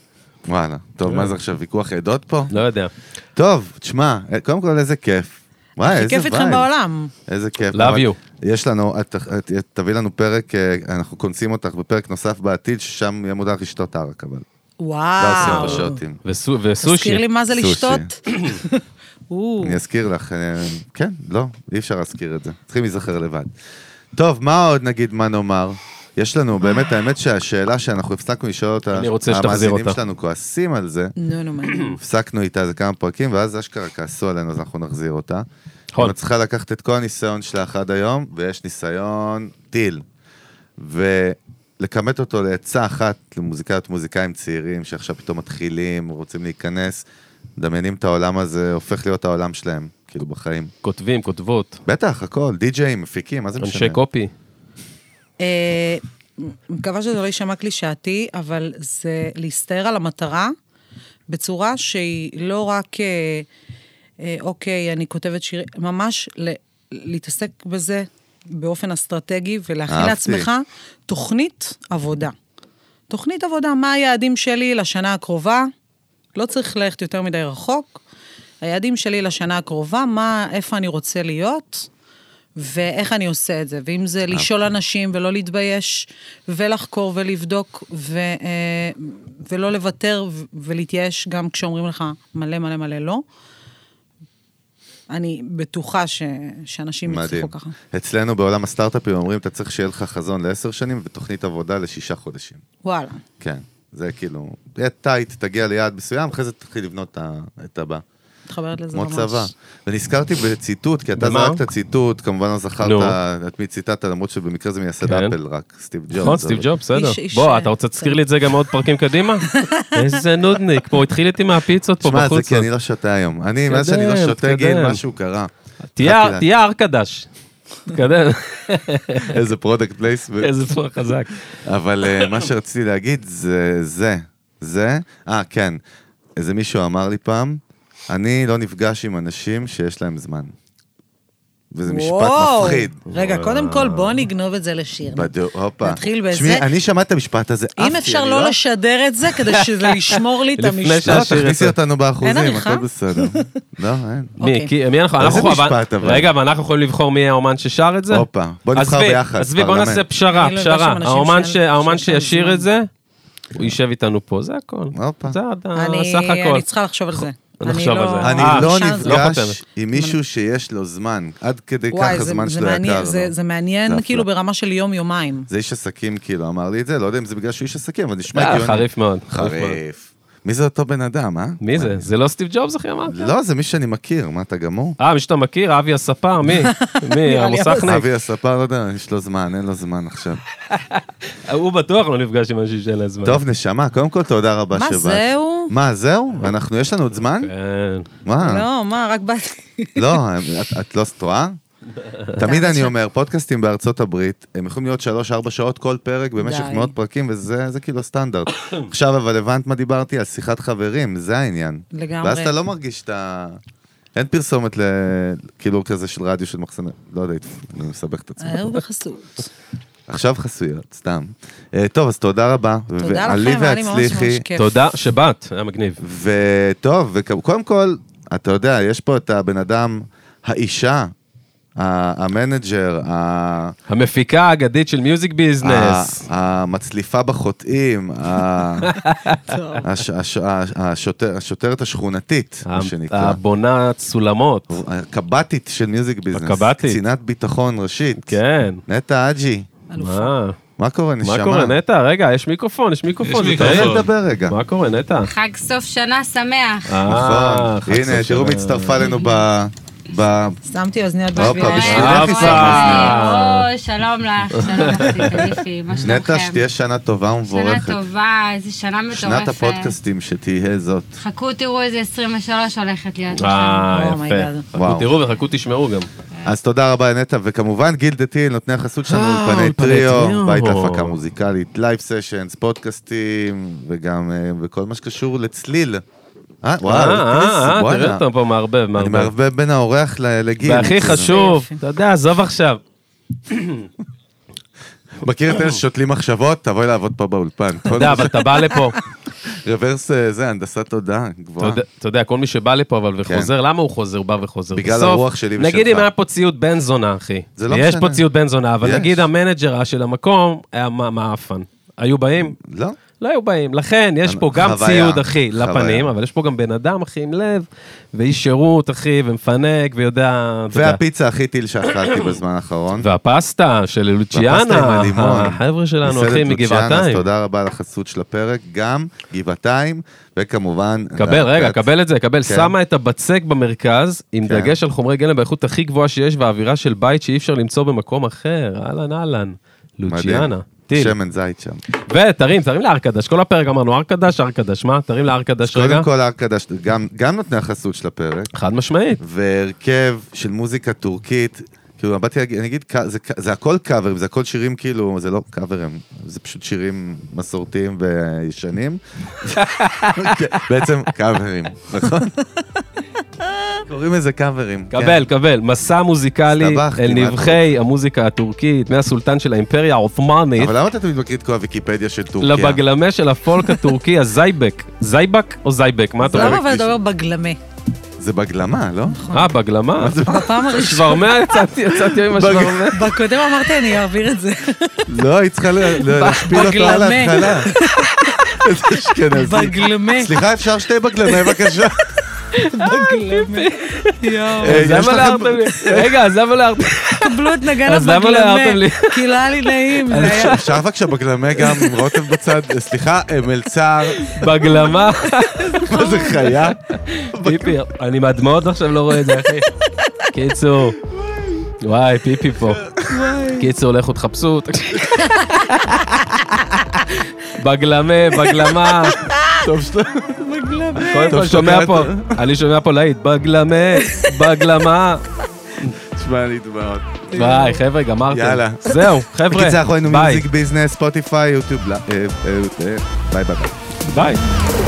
[SPEAKER 1] וואלה.
[SPEAKER 2] אה.
[SPEAKER 1] טוב, מה זה עכשיו, ויכוח עדות פה?
[SPEAKER 2] לא יודע.
[SPEAKER 1] טוב, תשמע, קודם כל איזה כיף. וואי,
[SPEAKER 3] הכי
[SPEAKER 1] איזה
[SPEAKER 3] כיף איתכם
[SPEAKER 1] וייב.
[SPEAKER 3] בעולם.
[SPEAKER 1] איזה כיף.
[SPEAKER 2] Love
[SPEAKER 1] אבל
[SPEAKER 2] you.
[SPEAKER 1] יש לנו, את- את- תביא לנו פרק, אה, אנחנו כונסים אותך בפרק נוסף בעתיד, ששם יהיה מודע לשתות ערק, אבל. לא
[SPEAKER 3] אה. וואו.
[SPEAKER 1] עושים בשוטים.
[SPEAKER 2] וסו- וסושי.
[SPEAKER 3] תזכיר לי מה זה
[SPEAKER 1] סושי. [LAUGHS]
[SPEAKER 3] לשתות. [LAUGHS] או,
[SPEAKER 1] אני אזכיר לך, אה, כן, לא, אי אפשר להזכיר את זה, צריכים להיזכר לבד. טוב, מה עוד נגיד, מה נאמר? יש לנו, באמת, האמת שהשאלה שאנחנו הפסקנו לשאול אותה,
[SPEAKER 2] אני רוצה שתחזיר
[SPEAKER 1] המאזינים
[SPEAKER 2] אותה.
[SPEAKER 1] שלנו כועסים על זה,
[SPEAKER 3] נו, נו, מעניין.
[SPEAKER 1] [LAUGHS] הפסקנו איתה איזה כמה פרקים, ואז אשכרה כעסו עלינו, אז אנחנו נחזיר אותה.
[SPEAKER 2] נכון.
[SPEAKER 1] נכון. את צריכה לקחת את כל הניסיון שלך עד היום, ויש ניסיון טיל. ולא לכמת אותו לעצה אחת למוזיקאיות מוזיקאים צעירים שעכשיו פתאום מתחילים, רוצים להיכנס, מדמיינים את העולם הזה, הופך להיות העולם שלהם, כאילו בחיים.
[SPEAKER 2] כותבים, כותבות,
[SPEAKER 1] בטח, הכל, די-ג'אים, מפיקים, מה
[SPEAKER 3] לא
[SPEAKER 1] זה משנה?
[SPEAKER 2] אנשי קופי.
[SPEAKER 3] אה, מקווה שזה לא יישמע קלישאתי, אבל זה להסתער על המטרה בצורה שהיא לא רק, אה, אה, אוקיי, אני כותבת שיר, ממש ל- להתעסק בזה באופן אסטרטגי ולהכין
[SPEAKER 1] אהבתי.
[SPEAKER 3] לעצמך תוכנית עבודה. תוכנית עבודה, מה היעדים שלי לשנה הקרובה? לא צריך ללכת יותר מדי רחוק. היעדים שלי לשנה הקרובה, מה, איפה אני רוצה להיות, ואיך אני עושה את זה. ואם
[SPEAKER 1] אה,
[SPEAKER 3] זה לשאול
[SPEAKER 1] אוקיי.
[SPEAKER 3] אנשים ולא להתבייש, ולחקור ולבדוק, ו, אה, ולא לוותר ו- ולהתייאש גם כשאומרים לך מלא מלא מלא לא. אני בטוחה ש, שאנשים
[SPEAKER 1] מדהים.
[SPEAKER 3] יצליחו ככה.
[SPEAKER 1] אצלנו בעולם הסטארט-אפים אומרים, אתה צריך שיהיה לך חזון לעשר שנים ותוכנית עבודה לשישה חודשים.
[SPEAKER 3] וואלה.
[SPEAKER 1] כן, זה כאילו, תהיה טייט, תגיע ליעד מסוים, אחרי זה תתחיל לבנות את ה- את הבא.
[SPEAKER 3] מתחברת לזה
[SPEAKER 1] כמו
[SPEAKER 3] ממש.
[SPEAKER 1] צבא. ונזכרתי בציטוט, כי אתה
[SPEAKER 2] במה?
[SPEAKER 1] זרקת ציטוט, כמובן לא זכרת
[SPEAKER 2] נו.
[SPEAKER 1] את מי ציטטת, למרות שבמקרה זה מייסד
[SPEAKER 2] כן.
[SPEAKER 1] אפל רק, סטיב ג'ובס.
[SPEAKER 2] נכון, סטיב
[SPEAKER 1] אבל-
[SPEAKER 2] ג'וב, בסדר.
[SPEAKER 3] איש- איש-
[SPEAKER 2] בוא, אתה רוצה להזכיר לי את זה גם עוד פרקים
[SPEAKER 3] [LAUGHS]
[SPEAKER 2] קדימה? איזה נודניק, פה, הוא התחיל איתי מהפיצות פה
[SPEAKER 1] שמע, זה
[SPEAKER 2] בחוץ.
[SPEAKER 1] כי אני לא שותה היום. אני, מאז שאני לא
[SPEAKER 2] תתקדם,
[SPEAKER 1] שותה, גיל,
[SPEAKER 2] תתקדם.
[SPEAKER 1] משהו קרה.
[SPEAKER 2] תהיה
[SPEAKER 1] התחלתי
[SPEAKER 2] תהיה הר קדש. [LAUGHS] תתקדם,
[SPEAKER 1] לה- איזה פרודקט פלייס.
[SPEAKER 2] [LAUGHS] איזה צורה חזק.
[SPEAKER 1] אבל אה, מה שרציתי להגיד זה זה, זה, אה, כן, איזה מישהו אמר לי פעם, אני לא נפגש עם אנשים שיש להם זמן. וזה משפט
[SPEAKER 3] וואו.
[SPEAKER 1] מפחיד.
[SPEAKER 3] רגע, קודם כל בואו נגנוב את זה לשיר.
[SPEAKER 1] בדיוק, הופה.
[SPEAKER 3] נתחיל בזה.
[SPEAKER 1] תשמעי, אני שמעתי את המשפט הזה, עפתי,
[SPEAKER 3] אם אפשר
[SPEAKER 1] אני
[SPEAKER 3] לא לשדר את זה, כדי
[SPEAKER 1] [LAUGHS]
[SPEAKER 3] שזה לשמור לי את
[SPEAKER 2] לפני
[SPEAKER 3] המשפט.
[SPEAKER 2] שה-
[SPEAKER 1] לא,
[SPEAKER 2] להשאיר את
[SPEAKER 1] תכניסי
[SPEAKER 2] זה.
[SPEAKER 1] אותנו באחוזים,
[SPEAKER 3] אין עריכה?
[SPEAKER 1] הכל
[SPEAKER 3] [LAUGHS]
[SPEAKER 1] בסדר. לא, אין.
[SPEAKER 2] מי,
[SPEAKER 3] אוקיי.
[SPEAKER 2] כי- מי אנחנו, אנחנו
[SPEAKER 1] איזה
[SPEAKER 2] יכולים-
[SPEAKER 1] משפט, אבל.
[SPEAKER 2] רגע, ואנחנו יכולים לבחור מי האומן ששר את זה?
[SPEAKER 1] הופה, בוא נבחר
[SPEAKER 2] עזבי,
[SPEAKER 1] ביחד,
[SPEAKER 2] עזבי, בוא
[SPEAKER 1] פרלמנט.
[SPEAKER 2] נעשה פשרה,
[SPEAKER 3] אני לא יודעת
[SPEAKER 2] פשרה.
[SPEAKER 3] שם אנשים
[SPEAKER 2] האומן
[SPEAKER 3] שאין-
[SPEAKER 2] ש- האומן
[SPEAKER 3] שיש להם
[SPEAKER 2] שישיר
[SPEAKER 3] זמן.
[SPEAKER 2] את זה, הוא יישב איתנו פה, זה הכל.
[SPEAKER 1] הופה.
[SPEAKER 2] זה
[SPEAKER 3] אני-
[SPEAKER 2] סך הכל.
[SPEAKER 3] אני צריכה לחשוב על זה.
[SPEAKER 2] נחשוב על זה.
[SPEAKER 1] אני
[SPEAKER 2] אה,
[SPEAKER 1] לא
[SPEAKER 2] שם זה- לא
[SPEAKER 1] נפגש
[SPEAKER 2] חותמת.
[SPEAKER 1] עם מישהו שיש לו זמן, עד כדי
[SPEAKER 3] וואי,
[SPEAKER 1] כך
[SPEAKER 3] זה-
[SPEAKER 1] הזמן
[SPEAKER 3] זה
[SPEAKER 1] שלו
[SPEAKER 3] מעניין-
[SPEAKER 1] יקר
[SPEAKER 3] זה-
[SPEAKER 1] לו.
[SPEAKER 3] זה מעניין
[SPEAKER 1] זה
[SPEAKER 3] כאילו
[SPEAKER 1] אפילו.
[SPEAKER 3] ברמה של יום-יומיים.
[SPEAKER 1] זה איש עסקים, כאילו, אמר לי את זה, לא יודע אם זה בגלל שהוא איש עסקים, אבל נשמע
[SPEAKER 2] אה,
[SPEAKER 1] הגיוני.
[SPEAKER 2] חריף מאוד. מאוד.
[SPEAKER 1] חריף. מי זה אותו בן אדם, אה?
[SPEAKER 2] מי זה? זה לא סטיב ג'ובס, אחי, אמרת?
[SPEAKER 1] לא, זה מי שאני מכיר, מה אתה גמור?
[SPEAKER 2] אה, מי שאתה מכיר, אבי הספר,
[SPEAKER 3] [LAUGHS]
[SPEAKER 2] מי? מי,
[SPEAKER 3] נראה לי
[SPEAKER 2] המוסכניק?
[SPEAKER 1] אבי הספר, לא יודע, יש לו זמן, אין לו זמן עכשיו.
[SPEAKER 2] הוא בטוח לא נפגש עם אנשים שאין להם זמן.
[SPEAKER 1] טוב, נשמה, קודם כל תודה רבה
[SPEAKER 3] מה
[SPEAKER 1] שבאת.
[SPEAKER 3] זהו?
[SPEAKER 1] מה, זהו? אנחנו, יש לנו עוד זמן?
[SPEAKER 2] כן.
[SPEAKER 1] מה?
[SPEAKER 3] לא, מה, רק [LAUGHS] באתי.
[SPEAKER 1] לא, את- את לא טועה? תמיד אני אומר, פודקאסטים בארצות הברית, הם יכולים להיות 3-4 שעות כל פרק במשך
[SPEAKER 3] די.
[SPEAKER 1] מאות פרקים, וזה זה כאילו הסטנדרט. עכשיו, אבל הבנת מה דיברתי? על שיחת חברים, זה העניין.
[SPEAKER 3] לגמרי.
[SPEAKER 1] ואז אתה לא מרגיש שאתה... אין פרסומת ל... כאילו כזה של רדיו של מחסני... לא יודע, אני מסבך את עצמי.
[SPEAKER 3] הערב בחסות.
[SPEAKER 1] עכשיו חסויות, סתם. אה, טוב, אז תודה רבה.
[SPEAKER 3] תודה
[SPEAKER 1] ועלי
[SPEAKER 3] לכם, היה לי ממש ממש
[SPEAKER 1] והצליחי.
[SPEAKER 3] כיף.
[SPEAKER 2] תודה שבאת, היה מגניב.
[SPEAKER 1] וטוב, וקודם כל, אתה יודע, יש פה את הבן אדם, האישה, ה- המנג'ר, ה-
[SPEAKER 2] המפיקה האגדית של מיוזיק ביזנס.
[SPEAKER 1] ה- המצליפה בחוטאים,
[SPEAKER 2] [LAUGHS]
[SPEAKER 1] ה-
[SPEAKER 3] טוב.
[SPEAKER 1] הש- הש- הש- השוטר- השוטרת השכונתית, מה שנקרא.
[SPEAKER 2] הבונה סולמות.
[SPEAKER 1] הקב"טית של מיוזיק ביזנס.
[SPEAKER 2] הקב"טית.
[SPEAKER 1] קצינת ביטחון ראשית.
[SPEAKER 2] כן.
[SPEAKER 1] נטע אג'י,
[SPEAKER 3] אלופה.
[SPEAKER 2] מה?
[SPEAKER 1] מה קורה, נשמה?
[SPEAKER 2] אה, מה קורה, נטע? רגע, יש מיקרופון, יש מיקרופון.
[SPEAKER 4] יש
[SPEAKER 2] זה טעים.
[SPEAKER 1] תן
[SPEAKER 4] מיקרופון.
[SPEAKER 1] לי לדבר רגע.
[SPEAKER 2] מה קורה, נטע?
[SPEAKER 5] חג סוף שנה שמח.
[SPEAKER 2] אה,
[SPEAKER 1] נכון.
[SPEAKER 2] חג
[SPEAKER 1] הנה,
[SPEAKER 2] סוף
[SPEAKER 1] תראו מי
[SPEAKER 2] שנה.
[SPEAKER 1] הצטרפה אלינו ב- ב...
[SPEAKER 3] שמתי אוזניות
[SPEAKER 1] הופה,
[SPEAKER 3] בשבילך.
[SPEAKER 1] בשבילך.
[SPEAKER 5] אה,
[SPEAKER 1] היא
[SPEAKER 5] אוי,
[SPEAKER 2] שמה.
[SPEAKER 5] אוי, שלום לך, שלום לך, סיפליפי, מה שלומכם?
[SPEAKER 1] נטע, שתהיה שנה טובה
[SPEAKER 5] שנה
[SPEAKER 1] ומבורכת.
[SPEAKER 5] טובה, איזה שנה מטורפת.
[SPEAKER 1] שנת הפודקאסטים שתהיה זאת.
[SPEAKER 5] חכו, תראו איזה 23 הולכת להיות לכם.
[SPEAKER 2] אה,
[SPEAKER 3] אומייגאד.
[SPEAKER 2] יפה. חכו
[SPEAKER 1] וואו.
[SPEAKER 2] תראו וחכו תשמעו גם.
[SPEAKER 1] אז תודה רבה לנטע, וכמובן גיל דתיל, נותני החסות שלנו,
[SPEAKER 2] אה,
[SPEAKER 1] אולפני
[SPEAKER 2] אולפני
[SPEAKER 1] טריו,
[SPEAKER 2] טריו.
[SPEAKER 1] בית להפקה מוזיקלית, לייב סשנס, פודקאסטים, וגם אה, בכל מה שקשור לצליל. אה,
[SPEAKER 2] אה,
[SPEAKER 1] וואו,
[SPEAKER 2] אה, אה, תראה
[SPEAKER 1] וואלה.
[SPEAKER 2] אותם פה מערבב,
[SPEAKER 1] אני
[SPEAKER 2] מערבב.
[SPEAKER 1] מערבב בין האורח ל- לגיל.
[SPEAKER 2] והכי חשוב,
[SPEAKER 3] יופי.
[SPEAKER 2] אתה יודע, עזוב עכשיו.
[SPEAKER 1] מכיר את אלה ששותלים מחשבות? תבואי לעבוד פה
[SPEAKER 2] [LAUGHS]
[SPEAKER 1] באולפן.
[SPEAKER 2] אתה יודע, לא, אבל אתה
[SPEAKER 1] [LAUGHS]
[SPEAKER 2] בא לפה.
[SPEAKER 1] רוורס אה, זה, הנדסת תודעה
[SPEAKER 2] אתה
[SPEAKER 1] גבוהה.
[SPEAKER 2] יודע- אתה יודע, כל מי שבא לפה אבל וחוזר, למה הוא חוזר, הוא בא וחוזר?
[SPEAKER 1] כן. בגלל
[SPEAKER 2] בסוף,
[SPEAKER 1] הרוח שלי
[SPEAKER 2] נגיד
[SPEAKER 1] ושלך.
[SPEAKER 2] אם היה פה ציוד בן זונה, אחי.
[SPEAKER 1] זה לא
[SPEAKER 2] יש
[SPEAKER 1] משנה.
[SPEAKER 2] פה ציוד בן זונה, אבל
[SPEAKER 1] יש.
[SPEAKER 2] נגיד המנג'ר של המקום היה מ- מעפן. היו באים?
[SPEAKER 1] לא?
[SPEAKER 2] לא היו באים. לכן, יש פה גם
[SPEAKER 1] חוויה,
[SPEAKER 2] ציוד, אחי,
[SPEAKER 1] חוויה.
[SPEAKER 2] לפנים, אבל יש פה גם בן אדם, אחי, עם לב, ואיש שירות, אחי, ומפנק, ויודע... אתה יודע.
[SPEAKER 1] והפיצה הכי טיל שאכלתי בזמן האחרון.
[SPEAKER 2] והפסטה של
[SPEAKER 1] והפסטה עם
[SPEAKER 2] לוציאנה,
[SPEAKER 1] הלימון.
[SPEAKER 2] החבר'ה שלנו, אחי,
[SPEAKER 1] מסעדת לוציאנה, אז
[SPEAKER 2] מגבעתיים.
[SPEAKER 1] תודה רבה על החסות של הפרק, גם גבעתיים, וכמובן... אה,
[SPEAKER 2] קבל, רגע,
[SPEAKER 1] את-
[SPEAKER 2] קבל את זה, קבל. שמה את הבצק במרכז, עם
[SPEAKER 1] כן.
[SPEAKER 2] דגש על חומרי גלם באיכות הכי גבוהה שיש, והאווירה של בית שאי אפשר למצוא במקום אחר. אהלן, אהלן. לוג'יאנה. טיל.
[SPEAKER 1] שמן זית שם.
[SPEAKER 2] ותרים, תרים להר-קדש, כל הפרק אמרנו הר-קדש, הר-קדש, מה? תרים להר-קדש רגע.
[SPEAKER 1] קודם כל הקדש, גם, גם נותני החסות של הפרק,
[SPEAKER 2] חד משמעית.
[SPEAKER 1] והרכב של מוזיקה טורקית, כאילו, באתי להגיד, אני אגיד, ק- זה, ק- זה הכל קאברים, זה הכל שירים כאילו, זה לא קאברים, זה פשוט שירים מסורתיים
[SPEAKER 2] [LAUGHS]
[SPEAKER 1] וישנים. כן, בעצם קאברים, נכון? קוראים לזה קאברים. כן.
[SPEAKER 2] קבל, קבל, מסע מוזיקלי
[SPEAKER 1] הסתבכתי,
[SPEAKER 2] אל
[SPEAKER 1] מה
[SPEAKER 2] נבחי המוזיקה הטורקית, מהסולטן של האימפריה העות'מאנית,
[SPEAKER 1] אבל למה אתה תמיד מקריא את כל הוויקיפדיה של טורקיה?
[SPEAKER 2] לבגלמה של הפולק הטורקי, הזייבק. זייבק או זייבק? מה אתה
[SPEAKER 1] זייבק.
[SPEAKER 2] אומר?
[SPEAKER 3] למה לא, אבל אתה אומר בגלמה?
[SPEAKER 1] זה בגלמה, לא?
[SPEAKER 2] אה, בגלמה?
[SPEAKER 3] בפעם הראשונה,
[SPEAKER 2] שוורמה יצאתי, יצאתי עם השוורמה.
[SPEAKER 3] בקודם אמרתי אני אעביר את זה.
[SPEAKER 1] לא, היא צריכה ל- ל- להשפיל אותו על
[SPEAKER 3] בגלמה.
[SPEAKER 1] ההתחלה. [LAUGHS] איזה אשכנזי.
[SPEAKER 3] בגלמה.
[SPEAKER 1] סליחה, אפשר שתי בגלמה,
[SPEAKER 2] [LAUGHS]
[SPEAKER 1] בבקשה?
[SPEAKER 3] בגלמה. יואו.
[SPEAKER 1] אה, יש
[SPEAKER 2] אז למה
[SPEAKER 1] לכם-
[SPEAKER 2] להערתם לי? רגע, אז למה להערתם?
[SPEAKER 3] קבלו את נגן
[SPEAKER 2] אז למה לא הערתם לי?
[SPEAKER 3] הבגלמה. כי לא היה לי נעים. זה היה-
[SPEAKER 1] אפשר בבקשה בגלמה גם עם רוטב בצד? אה, סליחה, אה,
[SPEAKER 2] [LAUGHS]
[SPEAKER 1] מלצר, [LAUGHS]
[SPEAKER 2] בגלמה?
[SPEAKER 1] מה זה חיה?
[SPEAKER 2] פיפי, אני מהדמעות עכשיו לא רואה את זה, אחי. קיצור. וואי, פיפי פה. קיצור, לכו תחפשו. תקשיב. בגלמה, בגלמה.
[SPEAKER 1] טוב שאתה...
[SPEAKER 2] קודם
[SPEAKER 1] טוב
[SPEAKER 2] כל
[SPEAKER 1] שאתה
[SPEAKER 2] שומע
[SPEAKER 1] קראת.
[SPEAKER 2] פה, אני שומע פה להיט, בגלמה, בגלמה.
[SPEAKER 1] תשמע לי דמעות.
[SPEAKER 2] וואי, חבר'ה, גמרתם.
[SPEAKER 1] יאללה.
[SPEAKER 2] זהו, חבר'ה.
[SPEAKER 1] בקיצור, אנחנו היינו
[SPEAKER 2] ביי,
[SPEAKER 1] לא- מיוזיק ביזנס, ספוטיפיי, יוטיוב, ל- אה, אה, אה, ביי ביי ביי.
[SPEAKER 2] ביי.